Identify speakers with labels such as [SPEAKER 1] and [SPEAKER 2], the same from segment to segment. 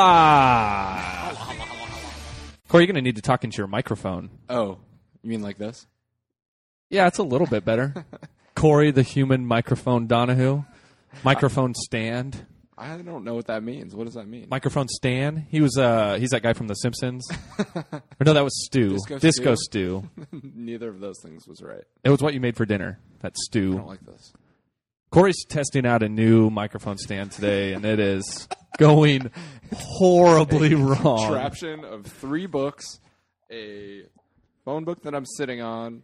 [SPEAKER 1] Hola! Corey, you're going to need to talk into your microphone.
[SPEAKER 2] Oh, you mean like this?
[SPEAKER 1] Yeah, it's a little bit better. Corey, the human microphone Donahue. Microphone stand.
[SPEAKER 2] I don't know what that means. What does that mean?
[SPEAKER 1] Microphone Stan. He was uh he's that guy from The Simpsons. or no, that was Stew.
[SPEAKER 2] Disco
[SPEAKER 1] stew.
[SPEAKER 2] Neither of those things was right.
[SPEAKER 1] It was what you made for dinner. That stew.
[SPEAKER 2] I don't like this.
[SPEAKER 1] Corey's testing out a new microphone stand today, and it is going horribly wrong.
[SPEAKER 2] Contraption of three books, a phone book that I'm sitting on,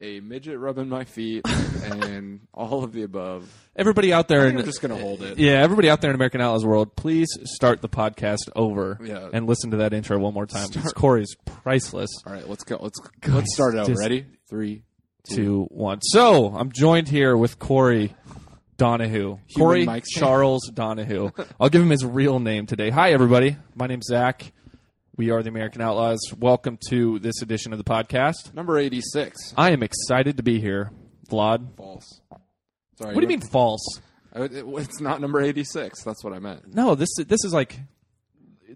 [SPEAKER 2] a midget rubbing my feet, and all of the above.
[SPEAKER 1] Everybody out there,
[SPEAKER 2] I'm
[SPEAKER 1] in,
[SPEAKER 2] just gonna hold it.
[SPEAKER 1] yeah, everybody out there in American Outlaws world, please start the podcast over
[SPEAKER 2] Yeah.
[SPEAKER 1] and listen to that intro one more time. 'cause Corey's priceless.
[SPEAKER 2] All right, let's go. Let's let's start it out.
[SPEAKER 1] just-
[SPEAKER 2] Ready? Three.
[SPEAKER 1] Two, one. So I'm joined here with Corey Donahue. Corey
[SPEAKER 2] mic stand.
[SPEAKER 1] Charles Donahue. I'll give him his real name today. Hi, everybody. My name's Zach. We are the American Outlaws. Welcome to this edition of the podcast.
[SPEAKER 2] Number eighty-six.
[SPEAKER 1] I am excited to be here, Vlad.
[SPEAKER 2] False. Sorry.
[SPEAKER 1] What do you mean false?
[SPEAKER 2] mean? It's not number eighty-six. That's what I meant.
[SPEAKER 1] No, this this is like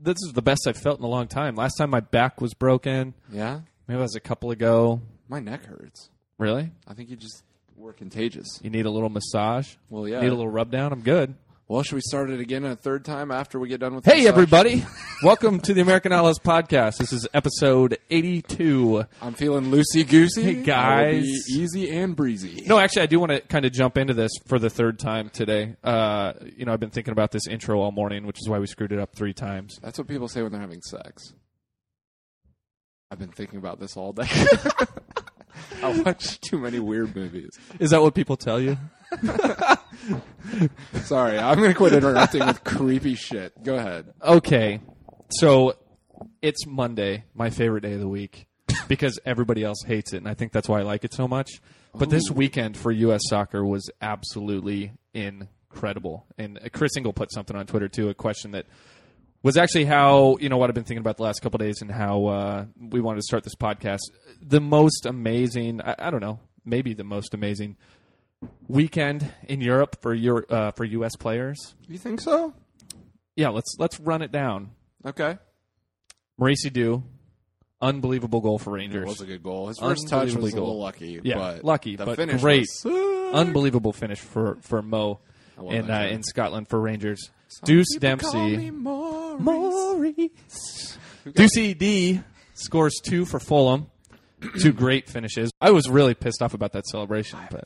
[SPEAKER 1] this is the best I've felt in a long time. Last time my back was broken,
[SPEAKER 2] Yeah.
[SPEAKER 1] maybe that was a couple ago.
[SPEAKER 2] My neck hurts.
[SPEAKER 1] Really?
[SPEAKER 2] I think you just were contagious.
[SPEAKER 1] You need a little massage?
[SPEAKER 2] Well, yeah.
[SPEAKER 1] Need a little rub down? I'm good.
[SPEAKER 2] Well, should we start it again a third time after we get done with?
[SPEAKER 1] Hey,
[SPEAKER 2] this session?
[SPEAKER 1] everybody. Welcome to the American Outlaws podcast. This is episode 82.
[SPEAKER 2] I'm feeling loosey goosey.
[SPEAKER 1] Hey, guys.
[SPEAKER 2] easy and breezy.
[SPEAKER 1] No, actually, I do want to kind of jump into this for the third time today. Uh, you know, I've been thinking about this intro all morning, which is why we screwed it up three times.
[SPEAKER 2] That's what people say when they're having sex. I've been thinking about this all day. I watched too many weird movies.
[SPEAKER 1] Is that what people tell you?
[SPEAKER 2] Sorry, I'm going to quit interrupting with creepy shit. Go ahead.
[SPEAKER 1] Okay. So it's Monday, my favorite day of the week, because everybody else hates it, and I think that's why I like it so much. But this weekend for U.S. soccer was absolutely incredible. And uh, Chris Engel put something on Twitter, too, a question that was actually how, you know, what I've been thinking about the last couple days and how uh, we wanted to start this podcast. The most amazing, I, I don't know, maybe the most amazing weekend in Europe for, Euro, uh, for U.S. players.
[SPEAKER 2] You think so?
[SPEAKER 1] Yeah, let's let's run it down.
[SPEAKER 2] Okay.
[SPEAKER 1] Maurice Dew, unbelievable goal for
[SPEAKER 2] It was
[SPEAKER 1] Rangers.
[SPEAKER 2] a good goal. His first touch was a
[SPEAKER 1] Unbelievable
[SPEAKER 2] little
[SPEAKER 1] goal.
[SPEAKER 2] lucky.
[SPEAKER 1] Yeah,
[SPEAKER 2] but
[SPEAKER 1] lucky,
[SPEAKER 2] the
[SPEAKER 1] but
[SPEAKER 2] finish
[SPEAKER 1] great.
[SPEAKER 2] was sick.
[SPEAKER 1] Unbelievable finish for for Mo
[SPEAKER 2] love
[SPEAKER 1] in
[SPEAKER 2] that
[SPEAKER 1] uh,
[SPEAKER 2] guy.
[SPEAKER 1] in Scotland for Rangers.
[SPEAKER 2] Some
[SPEAKER 1] Deuce
[SPEAKER 2] people call me
[SPEAKER 1] Dempsey,
[SPEAKER 2] Maurice.
[SPEAKER 1] Maurice, Deucey E D scores two for Fulham. two great finishes. I was really pissed off about that celebration, but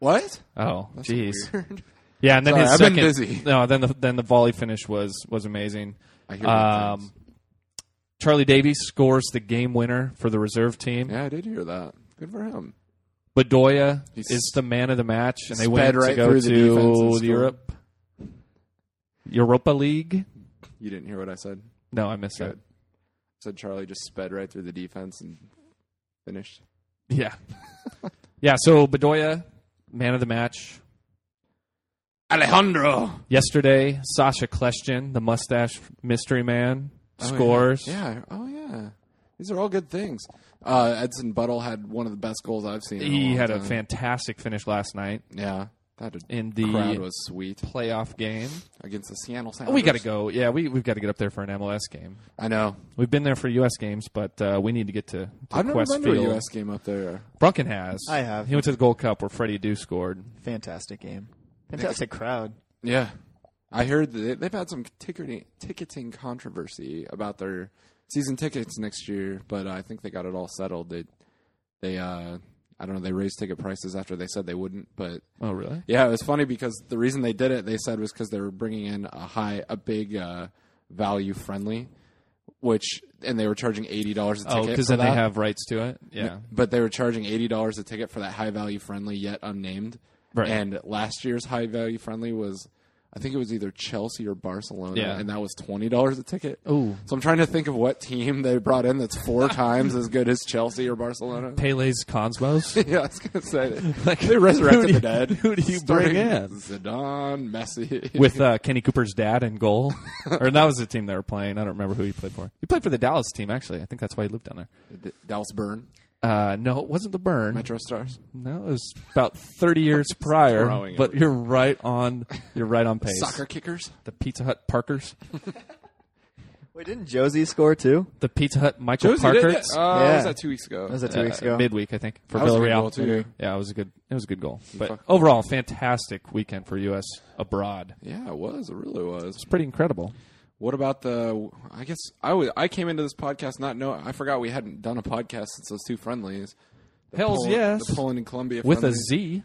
[SPEAKER 2] What?
[SPEAKER 1] oh, jeez,
[SPEAKER 2] Weird.
[SPEAKER 1] yeah. And then
[SPEAKER 2] Sorry,
[SPEAKER 1] his
[SPEAKER 2] I've
[SPEAKER 1] second,
[SPEAKER 2] been busy.
[SPEAKER 1] no, then the then the volley finish was was amazing.
[SPEAKER 2] I hear good
[SPEAKER 1] Um,
[SPEAKER 2] things.
[SPEAKER 1] Charlie Davies scores the game winner for the reserve team.
[SPEAKER 2] Yeah, I did hear that. Good for him.
[SPEAKER 1] Bedoya
[SPEAKER 2] He's-
[SPEAKER 1] is the man of the match, and they
[SPEAKER 2] sped
[SPEAKER 1] went to
[SPEAKER 2] right
[SPEAKER 1] go
[SPEAKER 2] through the defense
[SPEAKER 1] to
[SPEAKER 2] and scored.
[SPEAKER 1] Europe, Europa League.
[SPEAKER 2] You didn't hear what I said?
[SPEAKER 1] No, I missed
[SPEAKER 2] Good. Said Charlie just sped right through the defense and finished.
[SPEAKER 1] that. Yeah, yeah. So Bedoya, man of the match
[SPEAKER 2] Alejandro
[SPEAKER 1] yesterday. Sasha Kleshchen, the mustache mystery man, scores.
[SPEAKER 2] Yeah. Oh yeah. These are all good things. Uh, Edson Buttle had one of the best goals I've seen. in a
[SPEAKER 1] He
[SPEAKER 2] long
[SPEAKER 1] had a
[SPEAKER 2] time.
[SPEAKER 1] fantastic finish last night
[SPEAKER 2] yeah. That
[SPEAKER 1] in the
[SPEAKER 2] crowd was sweet
[SPEAKER 1] playoff game.
[SPEAKER 2] against the Seattle Sounders.
[SPEAKER 1] Oh, we got to go. Yeah, we we've got to get up there for an MLS game.
[SPEAKER 2] I know.
[SPEAKER 1] We've been there for US games, but uh, we need to get to, to
[SPEAKER 2] I've never
[SPEAKER 1] Quest
[SPEAKER 2] been to
[SPEAKER 1] Field.
[SPEAKER 2] a US game up there.
[SPEAKER 1] Brunken has.
[SPEAKER 3] I have.
[SPEAKER 1] He went to the Gold Cup where Freddie Do scored.
[SPEAKER 3] Fantastic game. Fantastic crowd.
[SPEAKER 2] Yeah. I heard that they- they've had some ticketing ticketing controversy about their season tickets next year, but I think they got it all settled. They they uh I don't know, they raised ticket prices after they said they wouldn't, but
[SPEAKER 1] Oh, really?
[SPEAKER 2] Yeah, it was funny because the reason they did it, they said, was because they were bringing in a high, a big uh, value friendly, which and they were charging eighty dollars a ticket.
[SPEAKER 1] Oh, because
[SPEAKER 2] for
[SPEAKER 1] then they
[SPEAKER 2] that.
[SPEAKER 1] have rights to it. Yeah.
[SPEAKER 2] But they were charging eighty dollars a ticket for that high value friendly yet unnamed.
[SPEAKER 1] Right.
[SPEAKER 2] And last year's high value friendly was, I think it was either Chelsea or Barcelona,
[SPEAKER 1] Yeah.
[SPEAKER 2] and that was twenty dollars a ticket.
[SPEAKER 1] Ooh.
[SPEAKER 2] So I'm trying to think of what team they brought in that's four times as good as Chelsea or Barcelona.
[SPEAKER 1] Pele's Cosmos.
[SPEAKER 2] Yeah, I was gonna say that.
[SPEAKER 1] Like,
[SPEAKER 2] they resurrected
[SPEAKER 1] who do you-
[SPEAKER 2] the dead.
[SPEAKER 1] who do you
[SPEAKER 2] Starting
[SPEAKER 1] bring in?
[SPEAKER 2] Zidane, Messi.
[SPEAKER 1] With uh, Kenny Cooper's dad in goal, or that was the team they were playing. I don't remember who he played for. He played for the Dallas team, actually. I think that's why he lived down there.
[SPEAKER 2] D- Dallas Burn,
[SPEAKER 1] Uh, no, it wasn't the Burn.
[SPEAKER 2] Metro Stars.
[SPEAKER 1] No, it was about thirty years prior.
[SPEAKER 2] throwing
[SPEAKER 1] But you're right on. You're right on pace.
[SPEAKER 2] Soccer kickers.
[SPEAKER 1] The Pizza Hut Parkers.
[SPEAKER 3] Wait, didn't Josie score too?
[SPEAKER 1] The Pizza Hut Michael
[SPEAKER 2] Josie did
[SPEAKER 1] Parker.
[SPEAKER 2] it. Uh, yeah.
[SPEAKER 3] Yeah.
[SPEAKER 2] Was that two weeks ago? Mm-hmm.
[SPEAKER 3] That was it two weeks
[SPEAKER 2] Uh,
[SPEAKER 3] ago?
[SPEAKER 1] Uh, midweek, I think, for
[SPEAKER 2] That was a good goal,
[SPEAKER 1] Villarreal.
[SPEAKER 2] too.
[SPEAKER 1] Yeah, it was a good. It was a good goal. But
[SPEAKER 2] fucked
[SPEAKER 1] overall, fantastic weekend for U.S. abroad.
[SPEAKER 2] Yeah, it was. It really was.
[SPEAKER 1] It's pretty incredible.
[SPEAKER 2] What about the? I guess I was. I came into this podcast not know. I forgot we hadn't done a podcast since those two friendlies. The
[SPEAKER 1] Hells
[SPEAKER 2] Pol-
[SPEAKER 1] yes.
[SPEAKER 2] The Poland and Colombia
[SPEAKER 1] With
[SPEAKER 2] friendly.
[SPEAKER 1] a Z,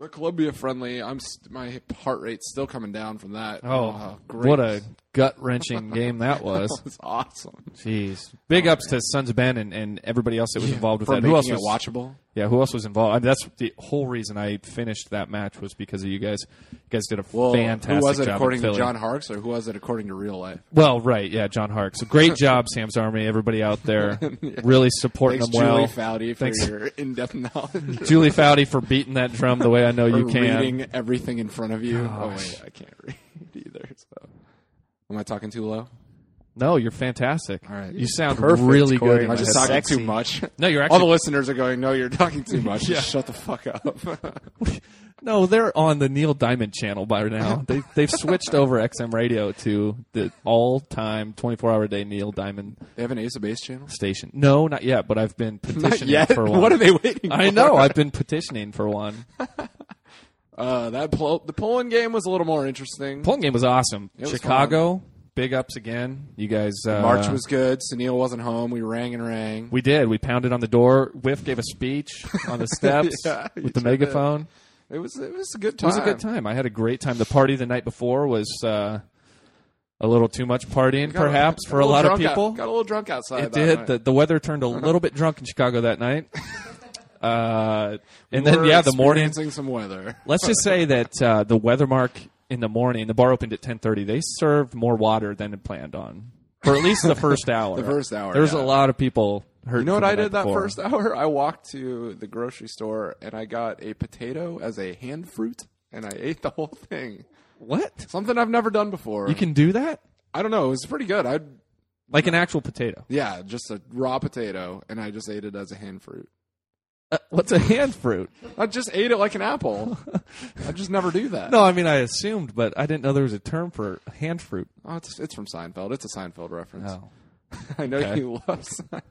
[SPEAKER 2] The Colombia friendly. I'm st- my heart rate's still coming down from that.
[SPEAKER 1] oh,
[SPEAKER 2] great! Oh,
[SPEAKER 1] what a gut wrenching game that was.
[SPEAKER 2] That was awesome.
[SPEAKER 1] Jeez, big ups to Sons of Ben and, and everybody else that was involved with
[SPEAKER 2] For
[SPEAKER 1] that. Who else
[SPEAKER 2] making
[SPEAKER 1] was
[SPEAKER 2] it watchable?
[SPEAKER 1] Yeah, who else was involved? I mean, that's the whole reason I finished that match was because of you guys. You guys did a fantastic
[SPEAKER 2] who was it
[SPEAKER 1] job in
[SPEAKER 2] according to
[SPEAKER 1] Philly.
[SPEAKER 2] John Harkes, or who was it according to real life?
[SPEAKER 1] Well, right, yeah, John Hark. So great job, Sam's Army. Everybody out there really supporting
[SPEAKER 2] Thanks,
[SPEAKER 1] them well.
[SPEAKER 2] Julie Foudy, for
[SPEAKER 1] Thanks.
[SPEAKER 2] your in-depth knowledge.
[SPEAKER 1] Julie Foudy for beating that drum the way I know you
[SPEAKER 2] for
[SPEAKER 1] can.
[SPEAKER 2] reading everything in front of you. Oh
[SPEAKER 1] Gosh.
[SPEAKER 2] wait, I can't read either. So, am I talking too low?
[SPEAKER 1] No, you're fantastic.
[SPEAKER 2] All right.
[SPEAKER 1] you sound
[SPEAKER 3] Perfect,
[SPEAKER 1] really
[SPEAKER 3] Corey.
[SPEAKER 1] good. in
[SPEAKER 2] Am I
[SPEAKER 1] my
[SPEAKER 2] just
[SPEAKER 1] headset.
[SPEAKER 2] talking
[SPEAKER 3] sexy.
[SPEAKER 2] too much?
[SPEAKER 1] No, you're
[SPEAKER 2] All the
[SPEAKER 1] actually-
[SPEAKER 2] listeners are going, no, you're talking too much. Just Shut the fuck up.
[SPEAKER 1] no, they're on the Neil Diamond channel by now. they they've switched over XM Radio to the all time 24 hour day Neil Diamond
[SPEAKER 2] they have an Ace of Base channel?
[SPEAKER 1] station. No, not yet. But I've been petitioning for one.
[SPEAKER 2] What are they waiting
[SPEAKER 1] I
[SPEAKER 2] for?
[SPEAKER 1] know. I've been petitioning for one.
[SPEAKER 2] Uh, that Pol- the Poland game was a little more interesting.
[SPEAKER 1] Poland game was awesome.
[SPEAKER 2] was
[SPEAKER 1] Chicago, big ups again. You guys. Uh,
[SPEAKER 2] March was good. Sunil wasn't home. We rang and rang.
[SPEAKER 1] We did. We pounded on the door. Whiff gave a speech on the steps
[SPEAKER 2] Yeah, you
[SPEAKER 1] with the
[SPEAKER 2] sure did.
[SPEAKER 1] megaphone.
[SPEAKER 2] it was it was a good
[SPEAKER 1] It
[SPEAKER 2] time.
[SPEAKER 1] was a good time. I had a great time. The party the night before was uh, a little too much partying,
[SPEAKER 2] Got
[SPEAKER 1] perhaps,
[SPEAKER 2] got
[SPEAKER 1] for a
[SPEAKER 2] little
[SPEAKER 1] lot of
[SPEAKER 2] drunk out-
[SPEAKER 1] people.
[SPEAKER 2] got a little drunk outside.
[SPEAKER 1] it
[SPEAKER 2] that
[SPEAKER 1] did.
[SPEAKER 2] night.
[SPEAKER 1] The, the weather turned a little bit drunk in Chicago that night. Uh, and then,
[SPEAKER 2] We're
[SPEAKER 1] yeah, the morning.
[SPEAKER 2] experiencing some weather.
[SPEAKER 1] Let's just say that uh, the weather mark in the morning, the bar opened at 10.30. They served more water than had planned on, for at least the first hour.
[SPEAKER 2] The first hour,
[SPEAKER 1] There was
[SPEAKER 2] yeah.
[SPEAKER 1] a lot of people hurt.
[SPEAKER 2] You know what I did that first hour? I walked to the grocery store and I got a potato as a hand fruit and I ate the whole thing.
[SPEAKER 1] What?
[SPEAKER 2] Something I've never done before.
[SPEAKER 1] You can do that?
[SPEAKER 2] I don't know. It was pretty good. I
[SPEAKER 1] Like an actual potato.
[SPEAKER 2] yeah, just a raw potato and I just ate it as a hand fruit.
[SPEAKER 1] Uh, what's a hand fruit?
[SPEAKER 2] I just ate it like an apple. I just never do that.
[SPEAKER 1] No, I mean I assumed, but I didn't know there was a term for hand fruit.
[SPEAKER 2] Oh, it's it's from Seinfeld. It's a Seinfeld reference.
[SPEAKER 1] Oh.
[SPEAKER 2] I know you love Seinfeld.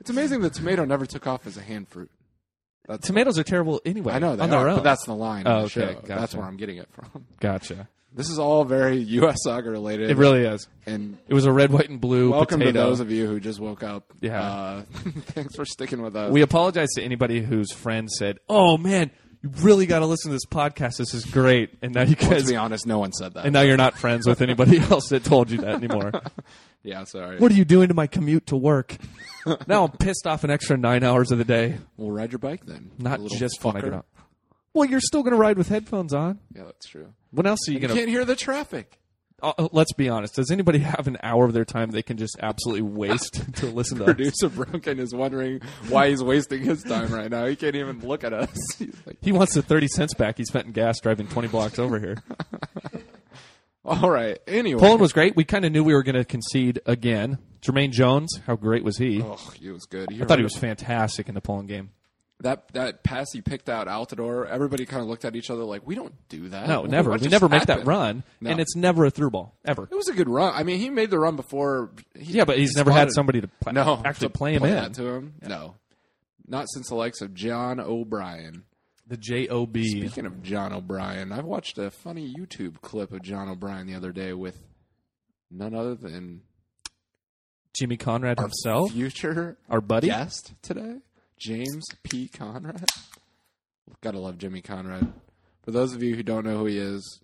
[SPEAKER 2] It's amazing the tomato never took off as a hand fruit. That's
[SPEAKER 1] Tomatoes are terrible anyway.
[SPEAKER 2] I know they
[SPEAKER 1] on their
[SPEAKER 2] are,
[SPEAKER 1] own.
[SPEAKER 2] but that's the line.
[SPEAKER 1] Oh,
[SPEAKER 2] of the
[SPEAKER 1] okay,
[SPEAKER 2] show. That's
[SPEAKER 1] gotcha.
[SPEAKER 2] where I'm getting it from.
[SPEAKER 1] gotcha.
[SPEAKER 2] This is all very U.S. soccer related.
[SPEAKER 1] It really is.
[SPEAKER 2] and
[SPEAKER 1] It was a red, white, and blue
[SPEAKER 2] welcome
[SPEAKER 1] potato.
[SPEAKER 2] to those of you who just woke up.
[SPEAKER 1] Yeah.
[SPEAKER 2] uh, thanks for sticking with us.
[SPEAKER 1] we apologize to anybody whose friend said, "Oh man, you really got to listen to this podcast. This is great." And now you
[SPEAKER 2] Let's
[SPEAKER 1] guys,
[SPEAKER 2] be honest, no one said that.
[SPEAKER 1] and now you're not friends with anybody else that told you that anymore.
[SPEAKER 2] yeah, sorry.
[SPEAKER 1] what are you doing to my commute to work? now I'm pissed off an extra nine hours of the day,
[SPEAKER 2] We'll ride your bike then.
[SPEAKER 1] not
[SPEAKER 2] you little
[SPEAKER 1] just when I get
[SPEAKER 2] fucker.
[SPEAKER 1] up. Well, you're still going to ride with headphones on.
[SPEAKER 2] Yeah, that's true.
[SPEAKER 1] When else are you
[SPEAKER 2] You
[SPEAKER 1] going to
[SPEAKER 2] can't hear the traffic.
[SPEAKER 1] uh, uh, let's be honest. Does anybody have an hour of their time they can just absolutely waste to listen to? Us?
[SPEAKER 2] Producer Broken is wondering why he's wasting his time right now. He can't even look at us. He's like,
[SPEAKER 1] He wants the thirty cents back he spent in gas driving twenty blocks over here.
[SPEAKER 2] all right. Anyway,
[SPEAKER 1] Poland was great. We kind of knew we were going to concede again. Jermaine Jones, how great was he?
[SPEAKER 2] oh, he was good.
[SPEAKER 1] I thought he was fantastic in the Poland game.
[SPEAKER 2] that that pass he picked out Altador. Everybody kind of looked at each other like, we don't do that.
[SPEAKER 1] No,
[SPEAKER 2] What-
[SPEAKER 1] never.
[SPEAKER 2] what
[SPEAKER 1] We
[SPEAKER 2] just
[SPEAKER 1] never make that
[SPEAKER 2] happened?
[SPEAKER 1] run,
[SPEAKER 2] No.
[SPEAKER 1] and it's never a through ball ever.
[SPEAKER 2] It was a good run. I mean, he made the run before. He,
[SPEAKER 1] Yeah, but he's
[SPEAKER 2] he
[SPEAKER 1] never had
[SPEAKER 2] spotted-
[SPEAKER 1] somebody to pla-
[SPEAKER 2] no
[SPEAKER 1] actually
[SPEAKER 2] to
[SPEAKER 1] play him
[SPEAKER 2] that
[SPEAKER 1] in.
[SPEAKER 2] to him. No, not since the likes of John O'Brien.
[SPEAKER 1] The J O B.
[SPEAKER 2] Speaking of John O'Brien, I watched a funny YouTube clip of John O'Brien the other day with none other than
[SPEAKER 1] Jimmy Conrad
[SPEAKER 2] Um,
[SPEAKER 1] himself,
[SPEAKER 2] future
[SPEAKER 1] our buddy.
[SPEAKER 2] guest today, James P. Conrad. Gotta love Jimmy Conrad. For those of you who don't know who he is,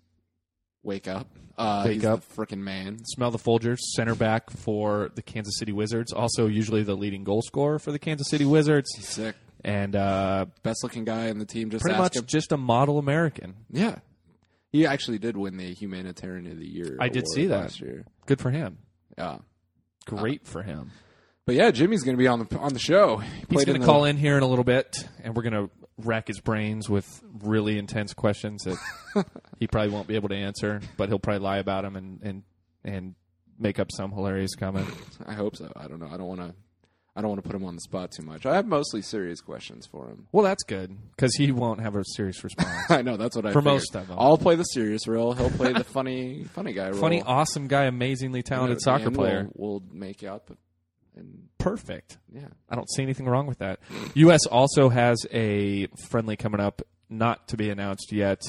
[SPEAKER 2] wake up. Uh,
[SPEAKER 1] Wake
[SPEAKER 2] he's
[SPEAKER 1] up.
[SPEAKER 2] the freaking man.
[SPEAKER 1] Smell the Folgers, center back for the Kansas City Wizards, also usually the leading goal scorer for the Kansas City Wizards,
[SPEAKER 2] He's sick.
[SPEAKER 1] and uh,
[SPEAKER 2] Best looking guy in the team. Just
[SPEAKER 1] pretty
[SPEAKER 2] ask
[SPEAKER 1] much
[SPEAKER 2] him.
[SPEAKER 1] just a model American.
[SPEAKER 2] Yeah. He actually did win the Humanitarian of the Year.
[SPEAKER 1] I did
[SPEAKER 2] award
[SPEAKER 1] see that.
[SPEAKER 2] last year.
[SPEAKER 1] Good for him.
[SPEAKER 2] Yeah.
[SPEAKER 1] Great for him.
[SPEAKER 2] But yeah, Jimmy's going to be on the on the show. He
[SPEAKER 1] He's
[SPEAKER 2] played
[SPEAKER 1] going to
[SPEAKER 2] the-
[SPEAKER 1] call in here in a little bit, and we're going to rack his brains with really intense questions that he probably won't be able to answer, but he'll probably lie about them and and and make up some hilarious comment.
[SPEAKER 2] I hope so. I don't know. I don't want to. I don't want to put him on the spot too much. I have mostly serious questions for him.
[SPEAKER 1] Well, that's good because he won't have a serious response.
[SPEAKER 2] I know that's what I
[SPEAKER 1] For
[SPEAKER 2] figured.
[SPEAKER 1] most of 'em.
[SPEAKER 2] I'll play the serious role. He'll play the funny, funny guy role.
[SPEAKER 1] Funny, awesome guy, amazingly talented soccer
[SPEAKER 2] and
[SPEAKER 1] player.
[SPEAKER 2] We'll, we'll make up, and
[SPEAKER 1] Perfect.
[SPEAKER 2] yeah,
[SPEAKER 1] I don't see anything wrong with that. U.S. also has a friendly coming up, not to be announced yet,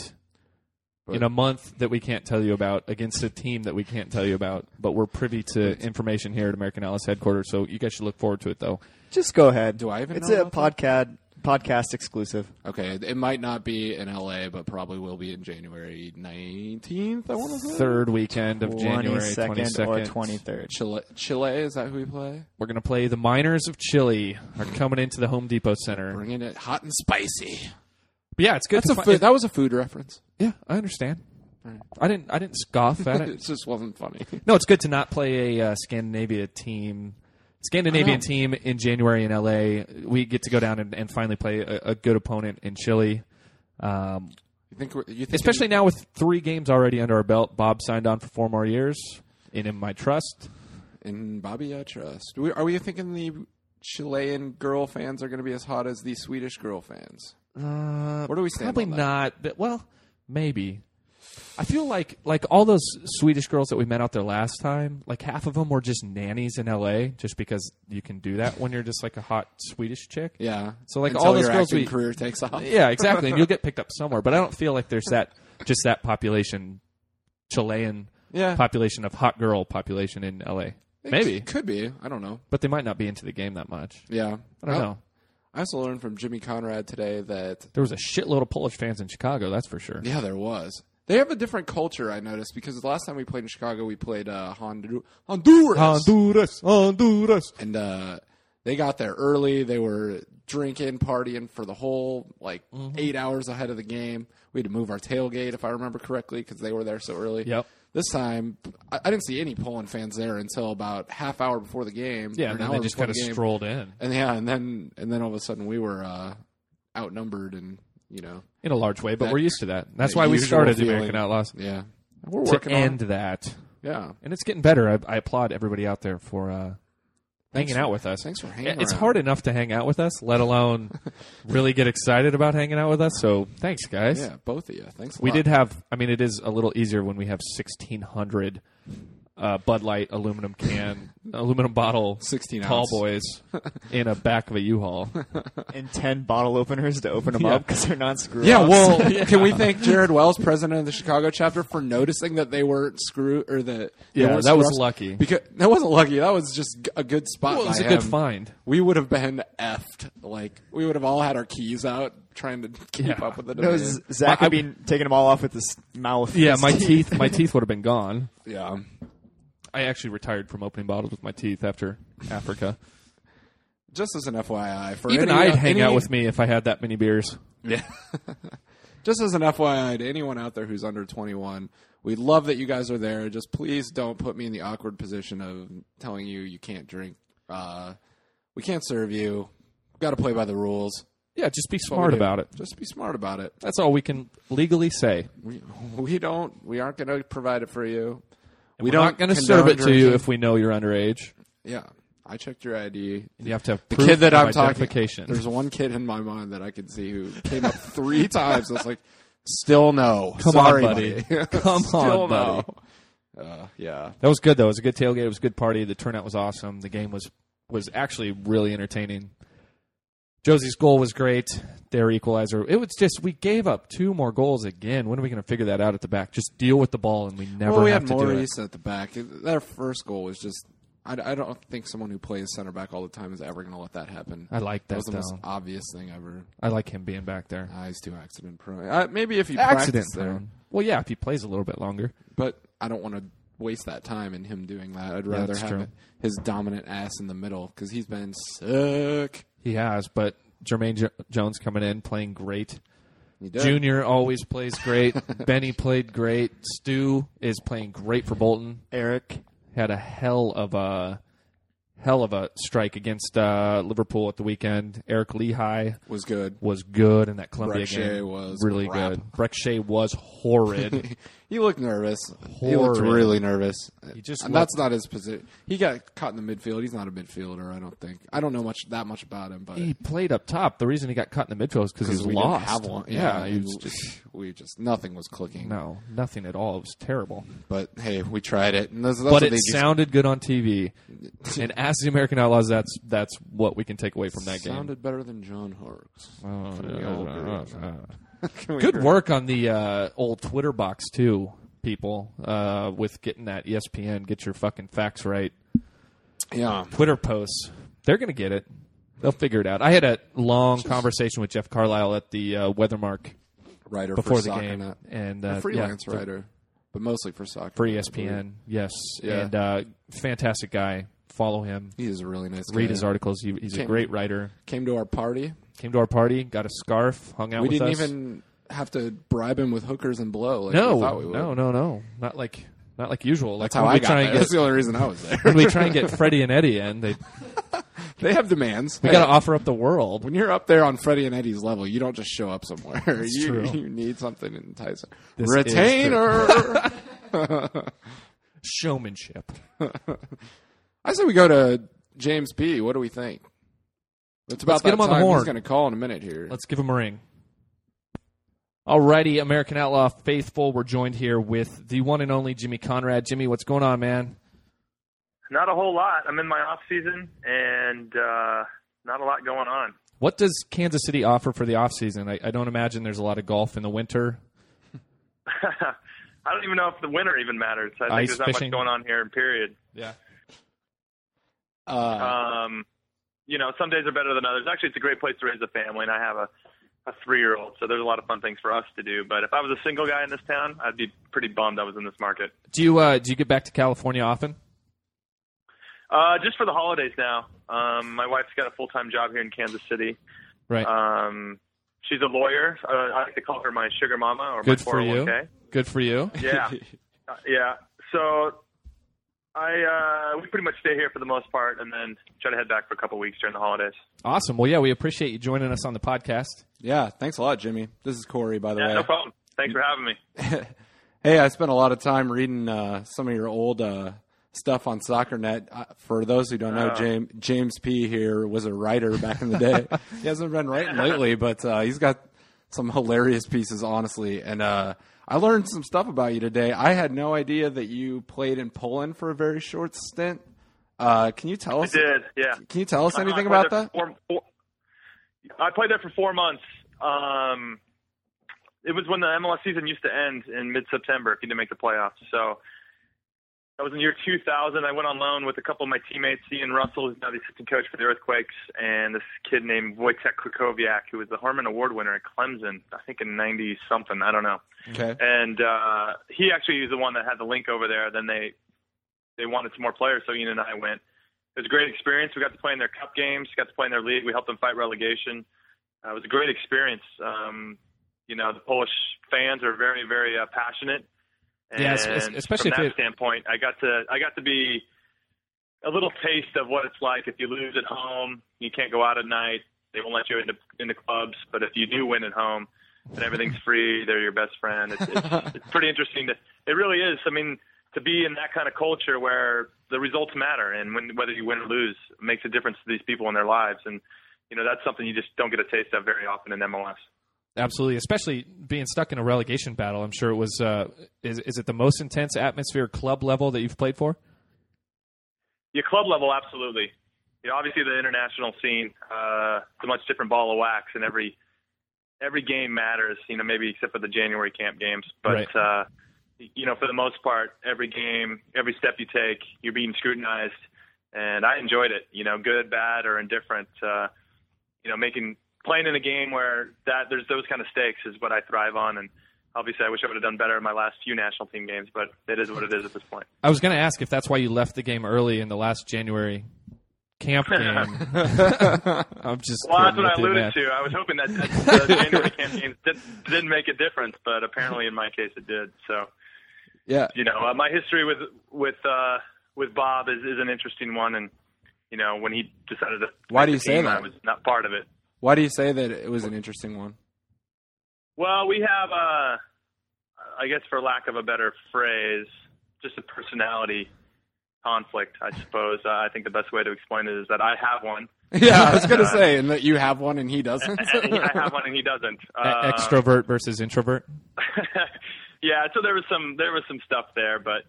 [SPEAKER 1] in
[SPEAKER 2] But-
[SPEAKER 1] a month that we can't tell you about against a team that we can't tell you about. But we're privy to information here at American Alice headquarters, so you guys should look forward to it. Though
[SPEAKER 3] Just go ahead.
[SPEAKER 2] Do I even
[SPEAKER 3] It's
[SPEAKER 2] know
[SPEAKER 3] a
[SPEAKER 2] about
[SPEAKER 3] podcast podcast exclusive.
[SPEAKER 2] okay. It might not be in L.A., but probably will be in January nineteenth. I want to say
[SPEAKER 1] third weekend of January
[SPEAKER 3] 22nd or
[SPEAKER 1] 22nd,
[SPEAKER 3] 23rd.
[SPEAKER 2] Chile. Chile is that who we play?
[SPEAKER 1] we're going to play the Miners of Chile are coming into the Home Depot Center.
[SPEAKER 2] Bringing it hot and spicy.
[SPEAKER 1] But yeah, it's good.
[SPEAKER 2] That's
[SPEAKER 1] to
[SPEAKER 2] a
[SPEAKER 1] fi-
[SPEAKER 2] food, that was a food reference.
[SPEAKER 1] yeah, I understand. I didn't. I didn't scoff at it.
[SPEAKER 2] It just wasn't funny.
[SPEAKER 1] No, it's good to not play a uh, Scandinavia team. Scandinavian team in January in LA. We get to go down and, and finally play a, a good opponent in Chile. Um,
[SPEAKER 2] You think? we're- You think
[SPEAKER 1] especially now with three games already under our belt. Bob signed on for four more years. In him, I trust.
[SPEAKER 2] in Bobby I trust. We, are we thinking the Chilean girl fans are going to be as hot as the Swedish girl fans?
[SPEAKER 1] Uh,
[SPEAKER 2] Where do we stand?
[SPEAKER 1] Probably
[SPEAKER 2] on that?
[SPEAKER 1] not. But, well, maybe. I feel like like all those Swedish girls that we met out there last time, like half of them were just nannies in LA, just because you can do that when you're just like a hot Swedish chick.
[SPEAKER 2] Yeah.
[SPEAKER 1] So, like,
[SPEAKER 2] Until
[SPEAKER 1] all those
[SPEAKER 2] your
[SPEAKER 1] girls
[SPEAKER 2] acting
[SPEAKER 1] we-
[SPEAKER 2] career takes off.
[SPEAKER 1] Yeah, exactly. and you'll get picked up somewhere. But I don't feel like there's that just that population, Chilean
[SPEAKER 2] Yeah.
[SPEAKER 1] population of hot girl population in LA.
[SPEAKER 2] It
[SPEAKER 1] Maybe,
[SPEAKER 2] c- could be. I don't know.
[SPEAKER 1] but they might not be into the game that much.
[SPEAKER 2] Yeah.
[SPEAKER 1] I don't know.
[SPEAKER 2] I also learned from Jimmy Conrad today that
[SPEAKER 1] There was a shitload of Polish fans in Chicago. That's for sure.
[SPEAKER 2] yeah, there was. They have a different culture. I noticed because the last time we played in Chicago, we played uh, Hondu- Honduras.
[SPEAKER 1] Honduras, Honduras.
[SPEAKER 2] and uh, they got there early. They were drinking, partying for the whole like
[SPEAKER 1] Mm-hmm.
[SPEAKER 2] eight hours ahead of the game. We had to move our tailgate, if I remember correctly, because they were there so early.
[SPEAKER 1] Yep.
[SPEAKER 2] This time, I, I didn't see any Poland fans there until about half hour before the game.
[SPEAKER 1] Yeah,
[SPEAKER 2] or an
[SPEAKER 1] and then
[SPEAKER 2] hour
[SPEAKER 1] they just
[SPEAKER 2] before
[SPEAKER 1] kind of
[SPEAKER 2] the game.
[SPEAKER 1] strolled in
[SPEAKER 2] And yeah, and then and then all of a sudden we were uh, outnumbered, and you know,
[SPEAKER 1] in a large way, but
[SPEAKER 2] That-
[SPEAKER 1] we're used to that. That's
[SPEAKER 2] that
[SPEAKER 1] why we
[SPEAKER 2] usual
[SPEAKER 1] started the
[SPEAKER 2] feeling.
[SPEAKER 1] American Outlaws
[SPEAKER 2] yeah, we're
[SPEAKER 1] to
[SPEAKER 2] working
[SPEAKER 1] end
[SPEAKER 2] on.
[SPEAKER 1] that,
[SPEAKER 2] it. Yeah,
[SPEAKER 1] and it's getting better. I, I applaud everybody out there for uh,
[SPEAKER 2] Thanks
[SPEAKER 1] hanging
[SPEAKER 2] for-
[SPEAKER 1] out with us.
[SPEAKER 2] thanks for hanging.
[SPEAKER 1] It's
[SPEAKER 2] around.
[SPEAKER 1] hard enough to hang out with us, let alone really get excited about hanging out with us. So thanks, guys.
[SPEAKER 2] Yeah, both of you. Thanks. A
[SPEAKER 1] We
[SPEAKER 2] lot.
[SPEAKER 1] did have. I mean, it is a little easier when we have sixteen hundred uh, Bud Light aluminum can, aluminum bottle,
[SPEAKER 2] 16
[SPEAKER 1] tall
[SPEAKER 2] ounce.
[SPEAKER 1] boys in a back of a U-Haul.
[SPEAKER 3] and 10 bottle openers to open them
[SPEAKER 1] Yeah.
[SPEAKER 3] up because they're not screw
[SPEAKER 2] Yeah,
[SPEAKER 3] ups.
[SPEAKER 2] well, can we thank Jared Wells, president of the Chicago chapter, for noticing that they weren't screw or that? they
[SPEAKER 1] Yeah,
[SPEAKER 2] weren't
[SPEAKER 1] that was
[SPEAKER 2] screw-ups?
[SPEAKER 1] lucky.
[SPEAKER 2] Because that wasn't lucky. That was just g- a good spot.
[SPEAKER 1] Well, it was
[SPEAKER 2] by
[SPEAKER 1] a good
[SPEAKER 2] him.
[SPEAKER 1] find.
[SPEAKER 2] We would have been effed. Like we would have all had our keys out trying to keep
[SPEAKER 1] Yeah.
[SPEAKER 2] up with the
[SPEAKER 3] no,
[SPEAKER 2] demand.
[SPEAKER 3] Z- Zach
[SPEAKER 1] My-
[SPEAKER 3] had been taking them all off with his mouth.
[SPEAKER 1] Yeah,
[SPEAKER 3] His
[SPEAKER 1] my teeth, my teeth would have been gone.
[SPEAKER 2] yeah,
[SPEAKER 1] I actually retired from opening bottles with my teeth after Africa.
[SPEAKER 2] just as an FYI, for
[SPEAKER 1] Even
[SPEAKER 2] any- uh,
[SPEAKER 1] I'd hang
[SPEAKER 2] any-
[SPEAKER 1] out with me if I had that many beers.
[SPEAKER 2] Yeah. Just as an FYI to anyone out there who's under 21, we love that you guys are there. Just please don't put me in the awkward position of telling you you can't drink. Uh, we can't serve you. We've got to play by the rules.
[SPEAKER 1] Yeah, just be
[SPEAKER 2] But we
[SPEAKER 1] smart
[SPEAKER 2] do.
[SPEAKER 1] about it.
[SPEAKER 2] Just be smart about it.
[SPEAKER 1] That's all we can legally say.
[SPEAKER 2] We, we don't. We aren't going to provide it for you. we
[SPEAKER 1] We're
[SPEAKER 2] don't
[SPEAKER 1] not going to
[SPEAKER 2] condone
[SPEAKER 1] serve it to you
[SPEAKER 2] drinking.
[SPEAKER 1] if we know you're underage.
[SPEAKER 2] yeah. I checked your ID.
[SPEAKER 1] You have to have
[SPEAKER 2] The
[SPEAKER 1] proof
[SPEAKER 2] kid that
[SPEAKER 1] of
[SPEAKER 2] I'm
[SPEAKER 1] identification.
[SPEAKER 2] talking. There's one kid in my mind that I could see who came up three times. I was like, still no.
[SPEAKER 1] Come on,
[SPEAKER 2] Sorry,
[SPEAKER 1] buddy. Come
[SPEAKER 2] Still
[SPEAKER 1] on, buddy.
[SPEAKER 2] no. Uh, yeah.
[SPEAKER 1] That was good though. It was a good tailgate. It was a good party. The turnout was awesome. The game was was actually really entertaining. Josie's goal was great. Their equalizer. It was just we gave up two more goals again. When are we going to figure that out at the back? Just deal with the ball, and we never
[SPEAKER 2] Well, we
[SPEAKER 1] have
[SPEAKER 2] had
[SPEAKER 1] to do it.
[SPEAKER 2] Maurice at the back. Their first goal was just. I, I don't think someone who plays center back all the time is ever going to let that happen.
[SPEAKER 1] I like
[SPEAKER 2] that
[SPEAKER 1] that
[SPEAKER 2] was the most
[SPEAKER 1] though.
[SPEAKER 2] obvious thing ever.
[SPEAKER 1] I like him being back there.
[SPEAKER 2] Ah, he's too accident prone. Uh, maybe if he
[SPEAKER 1] Accident
[SPEAKER 2] practiced there,
[SPEAKER 1] prone. Well, yeah, if he plays a little bit longer.
[SPEAKER 2] but I don't want to waste that time in him doing that. I'd rather
[SPEAKER 1] that's
[SPEAKER 2] have
[SPEAKER 1] true.
[SPEAKER 2] it- his dominant ass in the middle because he's been sick.
[SPEAKER 1] He has, but Jermaine jo- Jones coming in playing great.
[SPEAKER 2] He did.
[SPEAKER 1] Junior always plays great. Benny played great. Stu is playing great for Bolton.
[SPEAKER 3] Eric.
[SPEAKER 1] Had a hell of a hell of a strike against uh, Liverpool at the weekend. Eric Lehigh
[SPEAKER 2] was good.
[SPEAKER 1] was good, and that Columbia
[SPEAKER 2] Breck Shea
[SPEAKER 1] game
[SPEAKER 2] was
[SPEAKER 1] really
[SPEAKER 2] crap.
[SPEAKER 1] good. Breck Shea was horrid.
[SPEAKER 2] He looked nervous. He looked
[SPEAKER 1] Horrid.
[SPEAKER 2] really nervous.
[SPEAKER 1] He just
[SPEAKER 2] And that's not his position. He got caught in the midfield. He's not a midfielder, I don't think. I don't know much that much about him, but
[SPEAKER 1] he played up top. The reason he got cut in the midfield is because he's
[SPEAKER 2] we
[SPEAKER 1] lost.
[SPEAKER 2] didn't have one.
[SPEAKER 1] Yeah,
[SPEAKER 2] Yeah,
[SPEAKER 1] he
[SPEAKER 2] we
[SPEAKER 1] was just
[SPEAKER 2] just, we just nothing was clicking.
[SPEAKER 1] no nothing at all. It was terrible.
[SPEAKER 2] But hey, we tried it, and that's, that's
[SPEAKER 1] but
[SPEAKER 2] what
[SPEAKER 1] it
[SPEAKER 2] they just-
[SPEAKER 1] sounded good on TV. and as the American Outlaws, that's that's what we can take away from that
[SPEAKER 2] sounded better than John Hart's.
[SPEAKER 1] game.
[SPEAKER 2] we all agree on
[SPEAKER 1] Good work on the uh, old Twitter box too, people. Uh, with getting that ESPN, get your fucking facts right.
[SPEAKER 2] Yeah,
[SPEAKER 1] Twitter posts, they're gonna get it. They'll figure it out. I had a long conversation with Jeff Carlisle at the uh, Weathermark
[SPEAKER 2] writer
[SPEAKER 1] before
[SPEAKER 2] for
[SPEAKER 1] the
[SPEAKER 2] soccer
[SPEAKER 1] game,
[SPEAKER 2] Net.
[SPEAKER 1] and
[SPEAKER 2] A
[SPEAKER 1] uh,
[SPEAKER 2] freelance
[SPEAKER 1] yeah, E
[SPEAKER 2] writer, but mostly for soccer.
[SPEAKER 1] for
[SPEAKER 2] Net, I believe.
[SPEAKER 1] ESPN. Yes,
[SPEAKER 2] Yeah.
[SPEAKER 1] and uh, fantastic guy. Follow him.
[SPEAKER 2] He is a really nice.
[SPEAKER 1] Read
[SPEAKER 2] guy.
[SPEAKER 1] his articles. He, he's a
[SPEAKER 2] Came-
[SPEAKER 1] great writer.
[SPEAKER 2] Came to our party.
[SPEAKER 1] Came to our party, got a scarf, hung out
[SPEAKER 2] We
[SPEAKER 1] with
[SPEAKER 2] didn't
[SPEAKER 1] us.
[SPEAKER 2] even have to bribe him with hookers and blow. Like
[SPEAKER 1] no,
[SPEAKER 2] we thought we would.
[SPEAKER 1] no, no, no, not like not like usual. Like
[SPEAKER 2] That's how
[SPEAKER 1] when
[SPEAKER 2] I
[SPEAKER 1] we
[SPEAKER 2] got
[SPEAKER 1] try
[SPEAKER 2] there.
[SPEAKER 1] and
[SPEAKER 2] That's
[SPEAKER 1] get
[SPEAKER 2] the only reason I was
[SPEAKER 1] when
[SPEAKER 2] there.
[SPEAKER 1] we try and get Freddie and Eddie in, they
[SPEAKER 2] they have demands.
[SPEAKER 1] we
[SPEAKER 2] Hey,
[SPEAKER 1] got to offer up the world.
[SPEAKER 2] when you're up there on Freddie and Eddie's level, you don't just show up somewhere. you,
[SPEAKER 1] true.
[SPEAKER 2] you need something enticing.
[SPEAKER 1] This is true.
[SPEAKER 2] Retainer.
[SPEAKER 1] Showmanship.
[SPEAKER 2] I say we go to James P. What do we think? It's about
[SPEAKER 1] Let's
[SPEAKER 2] that
[SPEAKER 1] get him on the
[SPEAKER 2] time
[SPEAKER 1] horn.
[SPEAKER 2] he's going to call in a minute here.
[SPEAKER 1] Let's give him a ring. Alrighty, American Outlaw faithful. We're joined here with the one and only Jimmy Conrad. Jimmy, what's going on, man?
[SPEAKER 4] Not a whole lot. I'm in my off season and uh, not a lot going on.
[SPEAKER 1] What does Kansas City offer for the offseason? I, I don't imagine there's a lot of golf in the winter.
[SPEAKER 4] I don't even know if the winter even matters. I think
[SPEAKER 1] Ice
[SPEAKER 4] there's not
[SPEAKER 1] fishing.
[SPEAKER 4] much going on here. Period.
[SPEAKER 1] Yeah.
[SPEAKER 2] Uh,
[SPEAKER 4] Um, you know, some days are better than others. Actually, it's a great place to raise a family, and I have a a three year old, so there's a lot of fun things for us to do. But if I was a single guy in this town, I'd be pretty bummed I was in this market.
[SPEAKER 1] Do you uh, do you get back to California often?
[SPEAKER 4] Uh, just for the holidays now. Um, my wife's got a full time job here in Kansas City.
[SPEAKER 1] Right.
[SPEAKER 4] Um, she's a lawyer. Uh, I like to call her my sugar mama or
[SPEAKER 1] Good
[SPEAKER 4] my
[SPEAKER 1] for
[SPEAKER 4] 401k.
[SPEAKER 1] you. Good for you.
[SPEAKER 4] yeah, Uh, yeah. So I uh, we pretty much stay here for the most part, and then try to head back for a couple weeks during the holidays.
[SPEAKER 1] Awesome. Well, yeah, we appreciate you joining us on the podcast.
[SPEAKER 2] yeah, thanks a lot, Jimmy. This is Corey, by the
[SPEAKER 4] Yeah,
[SPEAKER 2] way.
[SPEAKER 4] no problem. Thanks for having me.
[SPEAKER 2] Hey, I spent a lot of time reading uh, some of your old uh, stuff on SoccerNet. Uh, for those who don't know,
[SPEAKER 4] Oh.
[SPEAKER 2] James James P here was a writer back in the day. he hasn't been writing lately, but uh, he's got some hilarious pieces, honestly. And uh, I learned some stuff about you today. I had no idea that you played in Poland for a very short stint. Uh, can you tell
[SPEAKER 4] I
[SPEAKER 2] us?
[SPEAKER 4] did. Yeah.
[SPEAKER 2] Can you tell us
[SPEAKER 4] I
[SPEAKER 2] anything
[SPEAKER 4] played
[SPEAKER 2] about
[SPEAKER 4] there
[SPEAKER 2] that?
[SPEAKER 4] for Four, four, I played there for four months. Um, it was when the MLS season used to end in mid-September if you didn't make the playoffs. So that was in year 2000. I went on loan with a couple of my teammates, Ian Russell, who's now the assistant coach for the Earthquakes, and this kid named Wojtek Krakowiak, who was the Herman Award winner at Clemson, I think in 90 something. I don't know
[SPEAKER 2] Okay.
[SPEAKER 4] and uh, he actually is the one that had the link over there. Then they they wanted some more players, so Ian and I went. It was a great experience. We got to play in their cup games, got to play in their league. We helped them fight relegation. Uh, it was a great experience. Um, you know, the Polish fans are very, very uh, passionate. And
[SPEAKER 1] Yeah, es- es- especially if
[SPEAKER 4] from that
[SPEAKER 1] it-
[SPEAKER 4] standpoint, I got to I got to be a little taste of what it's like if you lose at home. You can't go out at night. They won't let you into into clubs, but if you do win at home, and everything's free. They're your best friend. It's, it's, it's pretty interesting. To, it really is. I mean, to be in that kind of culture where the results matter and when, whether you win or lose makes a difference to these people in their lives. And, you know, that's something you just don't get a taste of very often in MLS.
[SPEAKER 1] Absolutely, especially being stuck in a relegation battle. I'm sure it was. Uh, is is it the most intense atmosphere club level that you've played for?
[SPEAKER 4] Yeah, club level, absolutely. You know, obviously the international scene, uh, it's a much different ball of wax, and every every game matters. You know, maybe except for the January camp games, but
[SPEAKER 1] Right.
[SPEAKER 4] uh, you know, for the most part, every game, every step you take, you're being scrutinized, and I enjoyed it. You know, good, bad, or indifferent. Uh, you know, making playing in a game where that there's those kind of stakes is what I thrive on, and obviously I wish I would have done better in my last few national team games, but it is what it is at this point.
[SPEAKER 1] I was going to ask if that's why you left the game early in the last January camp game. I'm just.
[SPEAKER 4] Well, that's
[SPEAKER 1] kidding
[SPEAKER 4] what I
[SPEAKER 1] with e-, you,
[SPEAKER 4] alluded
[SPEAKER 1] man.
[SPEAKER 4] to. I was hoping that that the January campaigns did, didn't make a difference, but apparently in my case it did. So,
[SPEAKER 2] Yeah.
[SPEAKER 4] you know, uh, my history with with uh, with Bob is, is an interesting one, and You know, when he decided to.
[SPEAKER 2] Why do
[SPEAKER 4] make
[SPEAKER 2] you
[SPEAKER 4] the
[SPEAKER 2] say
[SPEAKER 4] team, I
[SPEAKER 2] that?
[SPEAKER 4] was not part of it.
[SPEAKER 2] Why do you say that it was an interesting one?
[SPEAKER 4] Well, we have, uh, I guess, for lack of a better phrase, just a personality conflict. I suppose. Uh, I think the best way to explain it is that I have one,
[SPEAKER 2] Yeah, I was gonna
[SPEAKER 4] Uh,
[SPEAKER 2] say, and that you have one and he doesn't.
[SPEAKER 4] and I have one, and he doesn't.
[SPEAKER 1] E-
[SPEAKER 4] Uh,
[SPEAKER 1] extrovert versus introvert.
[SPEAKER 4] yeah, so there was some there was some stuff there, but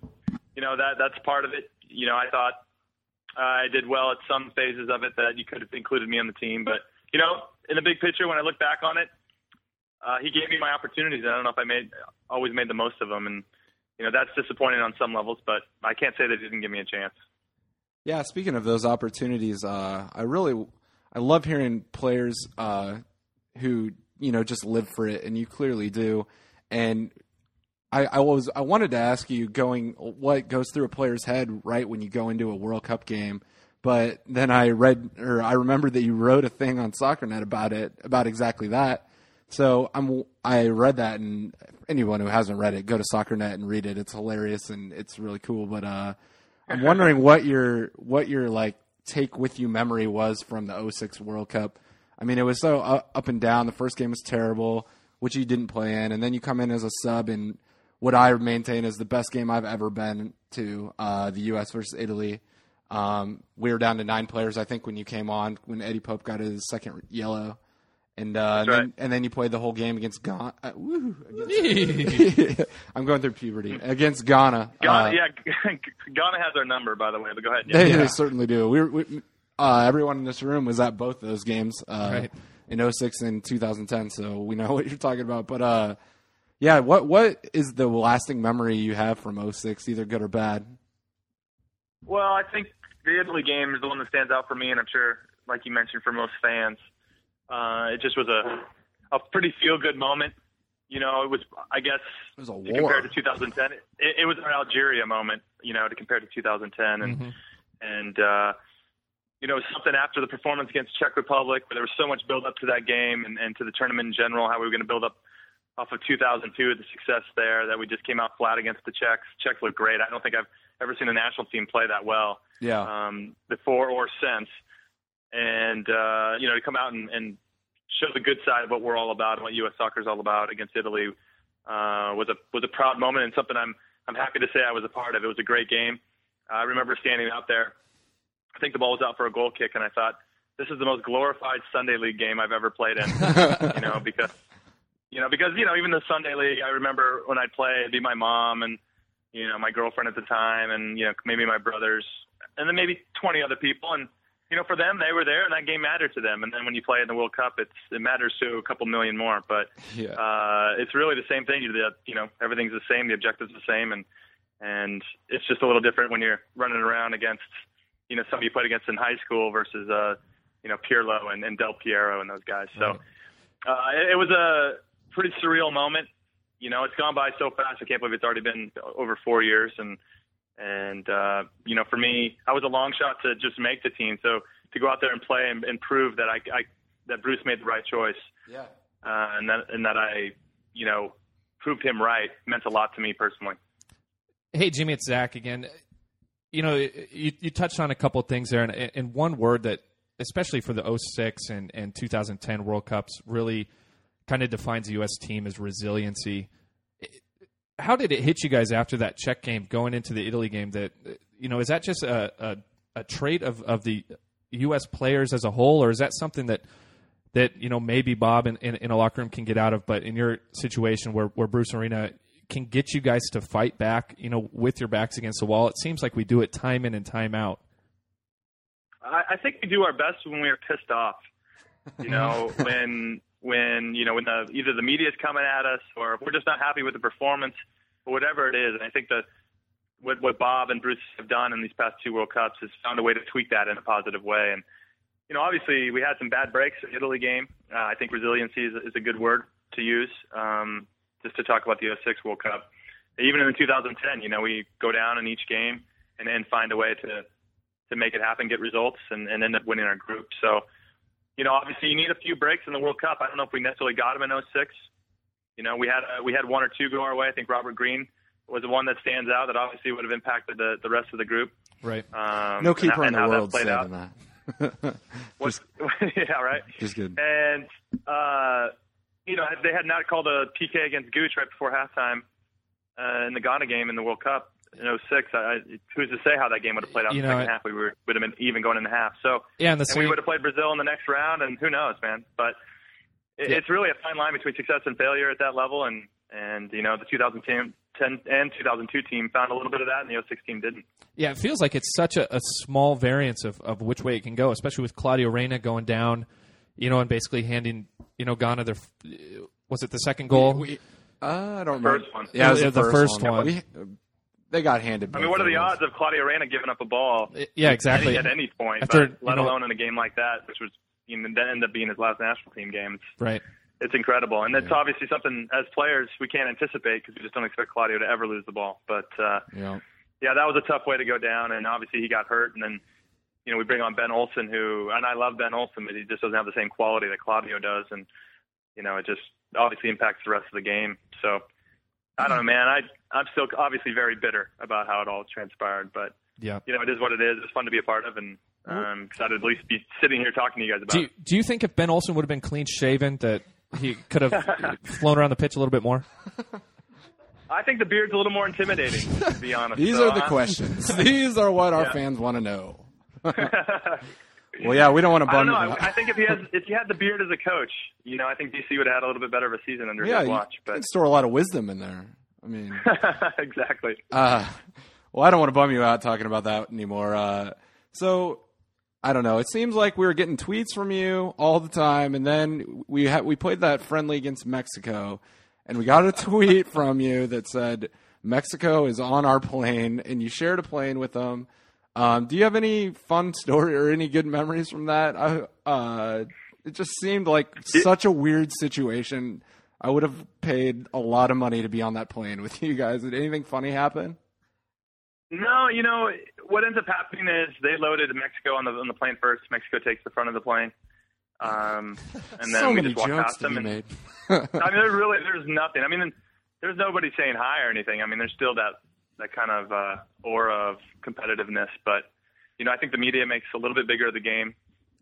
[SPEAKER 4] you know that that's part of it. You know, I thought uh, I did well at some phases of it that you could have included me on the team, but you know, in the big picture, when I look back on it, uh, he gave me my opportunities. and I don't know if I made always made the most of them, and you know that's disappointing on some levels, but I can't say that he didn't give me a chance.
[SPEAKER 2] Yeah, speaking of those opportunities, uh, I really I love hearing players uh, who you know just live for it, and you clearly do. And I, I was I wanted to ask you going what goes through a player's head right when you go into a World Cup game, but then I read or I remembered that you wrote a thing on SoccerNet about it about exactly that. So I'm I read that and anyone who hasn't read it go to SoccerNet and read it. It's hilarious and it's really cool. But uh, I'm wondering what your what your like take with you memory was from the 06 World Cup. I mean, it was so u- up and down. The first game was terrible, which you didn't play in, and then you come in as a sub in what I maintain is the best game I've ever been to, uh, the U.S. versus Italy. Um, we were down to nine players, I think, when you came on when Eddie Pope got his second yellow, and uh, and, then,
[SPEAKER 4] right.
[SPEAKER 2] and then you played the whole game against Ghana. Uh, woo,
[SPEAKER 1] Yee.
[SPEAKER 2] against- I'm going through puberty against Ghana.
[SPEAKER 4] Ghana,
[SPEAKER 2] Uh,
[SPEAKER 4] yeah, Ghana has our number, by the way. But go ahead.
[SPEAKER 2] they,
[SPEAKER 4] Yeah.
[SPEAKER 2] they certainly do. We, were- we uh, everyone in this room was at both those games uh,
[SPEAKER 1] Right.
[SPEAKER 2] in 06 and 2010, so we know what you're talking about. But uh, yeah, what what is the lasting memory you have from 06, either good or bad?
[SPEAKER 4] Well, I think the Italy game is the one that stands out for me, and I'm sure, like you mentioned, for most fans, uh, it just was a a pretty feel good moment. You know, it was, I guess,
[SPEAKER 2] It was a
[SPEAKER 4] to compare to 2010, it, it was an Algeria moment. You know, to compare to 2010,
[SPEAKER 2] Mm-hmm.
[SPEAKER 4] and
[SPEAKER 1] Mhm.
[SPEAKER 4] and uh, you know something after the performance against Czech Republic, where there was so much build up to that game and, and to the tournament in general, how we were going to build up off of 2002, the success there, that we just came out flat against the Czechs. Czechs looked great. I don't think I've ever seen a national team play that well
[SPEAKER 2] Yeah.
[SPEAKER 4] um, before or since, and uh, you know to come out and, and show the good side of what we're all about and what U.S. soccer is all about against Italy uh, was a was a proud moment and something I'm I'm happy to say I was a part of. It was a great game. I remember standing out there. I think the ball was out for a goal kick, and I thought this is the most glorified Sunday league game I've ever played in. you know because you know because you know even the Sunday league. I remember when I'd play, it'd be my mom and you know, my girlfriend at the time and, you know, maybe my brothers and then maybe 20 other people. And, you know, for them, they were there and that game mattered to them. And then when you play in the World Cup, it's, it matters to a couple million more, but,
[SPEAKER 2] Yeah.
[SPEAKER 4] uh, it's really the same thing. You, the- you know, everything's the same. The objective's the same. And, and it's just a little different when you're running around against, you know, somebody you played against in high school versus, uh, you know, Pirlo and, and Del Piero and those guys. So, uh, it, it was a pretty surreal moment. You know, it's gone by so fast. I can't believe it's already been over four years. And and uh, you know, for me, I was a long shot to just make the team. So to go out there and play and, and prove that I, I that Bruce made the right choice,
[SPEAKER 2] yeah.
[SPEAKER 4] uh, and that and that I, you know, proved him right meant a lot to me personally.
[SPEAKER 1] Hey, Jimmy, it's Zach again. You know, you, you touched on a couple of things there, and, and one word that, especially for the 06 and, and 2010 World Cups, really kind of defines the U.S. team is resiliency. It- How did it hit you guys after that Czech game going into the Italy game? That, you know, is that just a, a, a trait of, of the U.S. players as a whole, or is that something that that you know maybe Bob in, in, in a locker room can get out of, but in your situation where where Bruce Arena can get you guys to fight back, you know, with your backs against the wall, it seems like we do it time in and time out.
[SPEAKER 4] I, I think we do our best when we are pissed off. You know, when when you know when the either the media's coming at us or if we're just not happy with the performance or whatever it is. And I think that what what Bob and Bruce have done in these past two World Cups is found a way to tweak that in a positive way. And you know, obviously we had some bad breaks in the Italy game. Uh, I think resiliency is, is a good word to use um, just to talk about the 06 World Cup. Even in 2010, you know, we go down in each game and then find a way to to make it happen, get results, and, and end up winning our group. So, you know, obviously you need a few breaks in the World Cup. I don't know if we necessarily got them in 06. You know, we had uh, we had one or two go our way. I think Robert Green was the one that stands out that obviously would have impacted the, the rest of the group.
[SPEAKER 1] Right.
[SPEAKER 4] Um,
[SPEAKER 2] No
[SPEAKER 4] and
[SPEAKER 2] keeper
[SPEAKER 4] how-
[SPEAKER 2] in
[SPEAKER 4] and
[SPEAKER 2] the
[SPEAKER 4] how that
[SPEAKER 2] world
[SPEAKER 4] played
[SPEAKER 2] said
[SPEAKER 4] out.
[SPEAKER 2] that.
[SPEAKER 4] What- yeah, right.
[SPEAKER 2] Just good.
[SPEAKER 4] And uh, you know, they had not called a PK against Gooch right before halftime uh, in the Ghana game in the World Cup in 06. I, I, who's to say how that game would have played out
[SPEAKER 1] You
[SPEAKER 4] in the
[SPEAKER 1] know,
[SPEAKER 4] second
[SPEAKER 1] I-
[SPEAKER 4] half? We were, would have been even going in the half. So
[SPEAKER 1] Yeah, and the
[SPEAKER 4] and we
[SPEAKER 1] same.
[SPEAKER 4] would have played Brazil in the next round, and who knows, man. But it,
[SPEAKER 1] Yeah.
[SPEAKER 4] it's really a fine line between success and failure at that level, and and you know the 2010 and 2002 team found a little bit of that, and the 06 team didn't.
[SPEAKER 1] Yeah, it feels like it's such a, a small variance of, of which way it can go, especially with Claudio Reyna going down, you know, and basically handing you know Ghana their f- was it the second goal?
[SPEAKER 2] We- uh, I don't remember.
[SPEAKER 4] First one.
[SPEAKER 2] Yeah, it was
[SPEAKER 1] Yeah,
[SPEAKER 2] the, first, one.
[SPEAKER 1] one.
[SPEAKER 2] We- they got handed.
[SPEAKER 4] I
[SPEAKER 2] both
[SPEAKER 4] mean, what are the
[SPEAKER 2] those.
[SPEAKER 4] odds of Claudio Reyna giving up a ball
[SPEAKER 1] yeah, exactly.
[SPEAKER 4] at any point,
[SPEAKER 1] After,
[SPEAKER 4] but let
[SPEAKER 1] you know-
[SPEAKER 4] alone in a game like that, which was you know, that ended up being his last national team game. It's,
[SPEAKER 1] Right.
[SPEAKER 4] it's incredible, and it's obviously something as players we can't anticipate because we just don't expect Claudio to ever lose the ball. But uh,
[SPEAKER 2] Yeah.
[SPEAKER 4] yeah, that was a tough way to go down, and obviously he got hurt, and then you know we bring on Ben Olsen, who and I love Ben Olsen, but he just doesn't have the same quality that Claudio does, and you know it just obviously impacts the rest of the game. So I don't know, man. I I'm still obviously very bitter about how it all transpired, but
[SPEAKER 1] Yeah.
[SPEAKER 4] you know it is what it is. It's fun to be a part of, and I'm excited to at least be sitting here talking to you guys about.
[SPEAKER 1] Do you,
[SPEAKER 4] it.
[SPEAKER 1] do you think if Ben Olsen would have been clean shaven that he could have flown around the pitch a little bit more?
[SPEAKER 4] I think the beard's a little more intimidating, to be honest.
[SPEAKER 2] These
[SPEAKER 4] So
[SPEAKER 2] are the
[SPEAKER 4] I-
[SPEAKER 2] questions. These are what our fans want to know. well, yeah, we don't want to
[SPEAKER 4] I
[SPEAKER 2] bum.
[SPEAKER 4] don't know.
[SPEAKER 2] you out.
[SPEAKER 4] I, I think if he has if he had the beard as a coach, you know, I think DC would have had a little bit better of a season under
[SPEAKER 2] yeah,
[SPEAKER 4] his
[SPEAKER 2] you
[SPEAKER 4] watch.
[SPEAKER 2] can
[SPEAKER 4] But
[SPEAKER 2] store a lot of wisdom in there. I mean,
[SPEAKER 4] exactly.
[SPEAKER 2] uh, well, I don't want to bum you out talking about that anymore. Uh, so I don't know. It seems like we were getting tweets from you all the time, and then we ha- we played that friendly against Mexico, and we got a tweet from you that said Mexico is on our plane, and you shared a plane with them. Um, do you have any fun story or any good memories from that? I, uh, it just seemed like such a weird situation. I would have paid a lot of money to be on that plane with you guys. Did anything funny happen?
[SPEAKER 4] No, you know what ends up happening is they loaded Mexico on the on the plane first. Mexico takes the front of the plane, um, and then
[SPEAKER 2] so
[SPEAKER 4] we
[SPEAKER 2] many
[SPEAKER 4] just walk
[SPEAKER 2] jokes
[SPEAKER 4] past
[SPEAKER 2] to
[SPEAKER 4] them.
[SPEAKER 2] be
[SPEAKER 4] And,
[SPEAKER 2] made.
[SPEAKER 4] I mean, there really there's nothing. I mean, there's nobody saying hi or anything. I mean, there's still that that kind of uh, aura of competitiveness, but you know, I think the media makes a little bit bigger of the game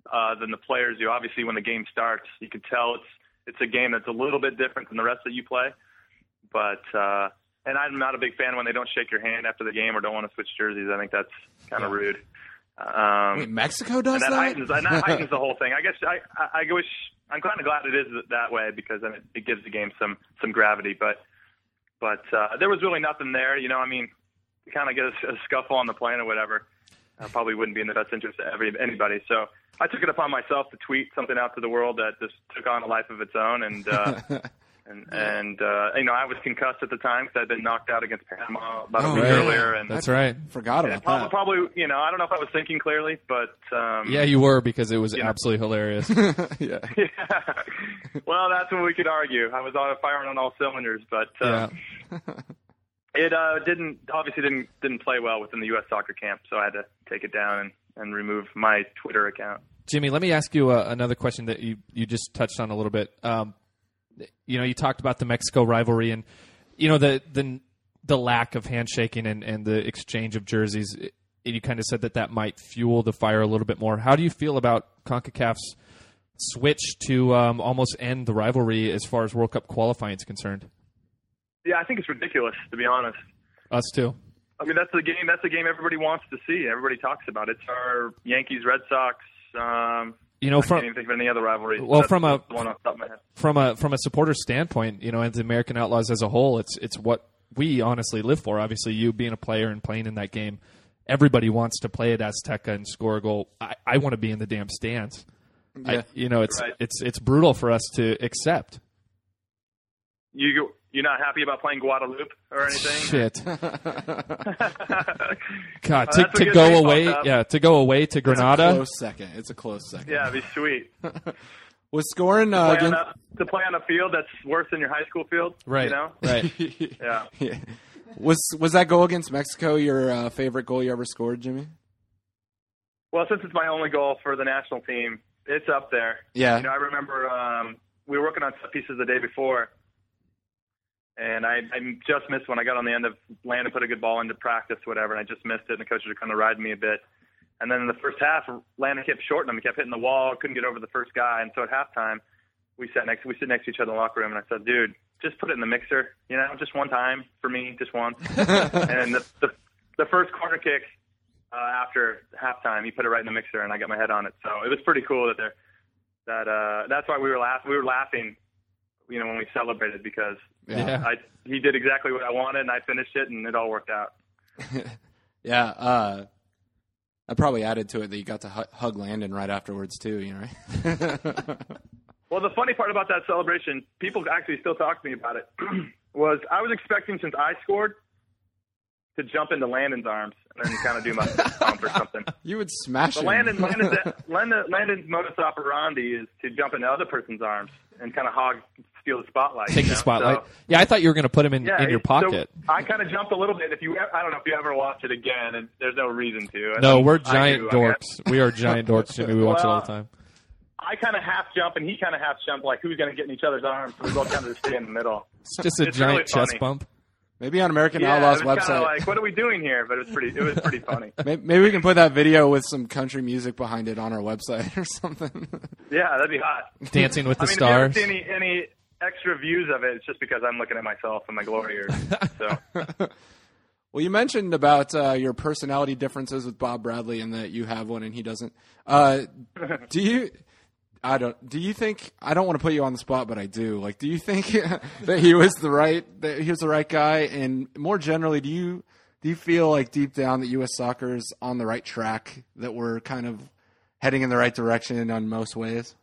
[SPEAKER 4] uh, than the players do. Obviously, when the game starts, you can tell it's it's a game that's a little bit different than the rest that you play. But uh, and I'm not a big fan when they don't shake your hand after the game or don't want to switch jerseys. I think that's kind of rude. Um,
[SPEAKER 2] Wait, Mexico does
[SPEAKER 4] and that,
[SPEAKER 2] that?
[SPEAKER 4] heightens and that heightens the whole thing. I guess I I, I wish I'm kind of glad it is that way because then it, it gives the game some some gravity. But but uh, there was really nothing there. You know, I mean, you kind of get a, a scuffle on the plane or whatever. Uh, probably wouldn't be in the best interest of every, anybody. So I took it upon myself to tweet something out to the world that just took on a life of its own. And uh, and and uh, you know, I was concussed at the time because I'd been knocked out against Panama about a
[SPEAKER 2] Oh,
[SPEAKER 4] week
[SPEAKER 2] right.
[SPEAKER 4] earlier. And
[SPEAKER 1] That's right.
[SPEAKER 2] Forgot
[SPEAKER 4] yeah,
[SPEAKER 2] about
[SPEAKER 4] probably,
[SPEAKER 2] that.
[SPEAKER 4] probably, you know, I don't know if I was thinking clearly, but um,
[SPEAKER 1] Yeah, you were because it was
[SPEAKER 4] know.
[SPEAKER 1] absolutely hilarious.
[SPEAKER 2] yeah.
[SPEAKER 4] yeah. Well, that's when we could argue. I was on firing on all cylinders, but
[SPEAKER 1] yeah.
[SPEAKER 4] uh, it uh, didn't obviously didn't didn't play well within the U.S. soccer camp, so I had to take it down and, and remove my Twitter account.
[SPEAKER 1] Jimmy, let me ask you uh, another question that you, you just touched on a little bit. Um, you know, you talked about the Mexico rivalry and you know the the the lack of handshaking and, and the exchange of jerseys. It- you kind of said that that might fuel the fire a little bit more. How do you feel about Concacaf's switch to um, almost end the rivalry as far as World Cup qualifying is concerned?
[SPEAKER 4] Yeah, I think it's ridiculous to be honest.
[SPEAKER 1] Us too.
[SPEAKER 4] I mean, that's the game. That's the game everybody wants to see. Everybody talks about it. It's our Yankees, Red Sox. Um,
[SPEAKER 1] You know,
[SPEAKER 4] I can't
[SPEAKER 1] from
[SPEAKER 4] even think of any other rivalries.
[SPEAKER 1] Well,
[SPEAKER 4] That's
[SPEAKER 1] from a-
[SPEAKER 4] the one off the top of my head.
[SPEAKER 1] from a from a supporter standpoint, you know, as the American Outlaws as a whole, it's it's what we honestly live for. Obviously, you being a player and playing in that game, everybody wants to play at Azteca and score a goal. I, I want to be in the damn stands. I-
[SPEAKER 2] Yeah.
[SPEAKER 1] you know, it's
[SPEAKER 4] Right.
[SPEAKER 1] it's it's brutal for us to accept.
[SPEAKER 4] You you're not happy about playing Guadalupe or anything?
[SPEAKER 1] Shit,
[SPEAKER 4] Uh,
[SPEAKER 1] God, to,
[SPEAKER 4] that's a
[SPEAKER 1] to
[SPEAKER 4] good
[SPEAKER 1] go
[SPEAKER 4] baseball
[SPEAKER 1] away,
[SPEAKER 4] job.
[SPEAKER 1] yeah, to go away to Granada.
[SPEAKER 2] Close second. It's a close second.
[SPEAKER 4] yeah, it'd be sweet.
[SPEAKER 1] Uh,
[SPEAKER 2] Was scoring uh,
[SPEAKER 4] play on
[SPEAKER 2] against.
[SPEAKER 4] a, to play on a field that's worse than your high school field.
[SPEAKER 1] Right,
[SPEAKER 4] You know?
[SPEAKER 1] right.
[SPEAKER 4] Yeah.
[SPEAKER 2] Yeah. Was was that goal against Mexico your uh, favorite goal you ever scored, Jimmy?
[SPEAKER 4] Well, since it's my only goal for the national team, it's up there.
[SPEAKER 2] Yeah.
[SPEAKER 4] You know, I remember um, we were working on set pieces the day before, and I, I just missed when I got on the end of land to put a good ball into practice, whatever, and I just missed it. And the coaches were kind of riding me a bit. And then in the first half, Landon kept shorting him. He kept hitting the wall, couldn't get over the first guy. And so at halftime, we sat next we sit next to each other in the locker room, and I said, "Dude, just put it in the mixer, you know, just one time for me, just once." and the, the the first corner kick uh, after halftime, he put it right in the mixer, and I got my head on it. So it was pretty cool that they're that uh, that's why we were laugh we were laughing, you know, when we celebrated because
[SPEAKER 1] Yeah.
[SPEAKER 4] I he did exactly what I wanted, and I finished it, and it all worked out.
[SPEAKER 2] Yeah, uh, I probably added to it that you got to hu- hug Landon right afterwards too. You know, right?
[SPEAKER 4] Well, the funny part about that celebration, people actually still talk to me about it, was I was expecting since I scored to jump into Landon's arms and then kind of do my pump or something.
[SPEAKER 2] you would smash
[SPEAKER 4] But
[SPEAKER 2] him.
[SPEAKER 4] Landon, Landon's, Landon, Landon's modus operandi is to jump into other person's arms and kind of hog, steal the spotlight.
[SPEAKER 1] Take
[SPEAKER 4] you
[SPEAKER 1] the
[SPEAKER 4] know?
[SPEAKER 1] spotlight.
[SPEAKER 4] So-
[SPEAKER 1] yeah, I thought you were going to put him in,
[SPEAKER 4] yeah,
[SPEAKER 1] in your
[SPEAKER 4] so
[SPEAKER 1] pocket.
[SPEAKER 4] I kind of jumped a little bit. If you, e, I don't know if you ever watch it again, and there's no reason to.
[SPEAKER 1] no,
[SPEAKER 4] I-
[SPEAKER 1] we're
[SPEAKER 4] I
[SPEAKER 1] giant
[SPEAKER 4] do, I guess.
[SPEAKER 1] dorks. We are giant dorks, Jimmy. We watch it all the
[SPEAKER 4] Well,
[SPEAKER 1] time.
[SPEAKER 4] I kind of half jump, and he kind of half jump. Like who's going to get in each other's arms? So we both kind of just stay in the middle.
[SPEAKER 1] It's just a
[SPEAKER 4] it's
[SPEAKER 1] giant
[SPEAKER 4] really
[SPEAKER 1] chest
[SPEAKER 4] funny.
[SPEAKER 1] bump.
[SPEAKER 2] Maybe on American
[SPEAKER 4] yeah,
[SPEAKER 2] Outlaws
[SPEAKER 4] it was Kind
[SPEAKER 2] website.
[SPEAKER 4] of like, what are we doing here? But it was pretty. It was pretty funny.
[SPEAKER 2] May- Maybe we can put that video with some country music behind it on our website or something.
[SPEAKER 4] Yeah, that'd be hot.
[SPEAKER 1] Dancing with the
[SPEAKER 4] I mean,
[SPEAKER 1] stars.
[SPEAKER 4] if you ever see any any extra views of it, it's just because I'm looking at myself and my glory years. So
[SPEAKER 2] well, you mentioned about uh, your personality differences with Bob Bradley and that you have one and he doesn't. Uh, do you? I don't. Do you think? I don't want to put you on the spot, but I do. Like, do you think that he was the right that he was the right guy? And more generally, do you do you feel like deep down that U.S. soccer's on the right track? That we're kind of heading in the right direction on most ways.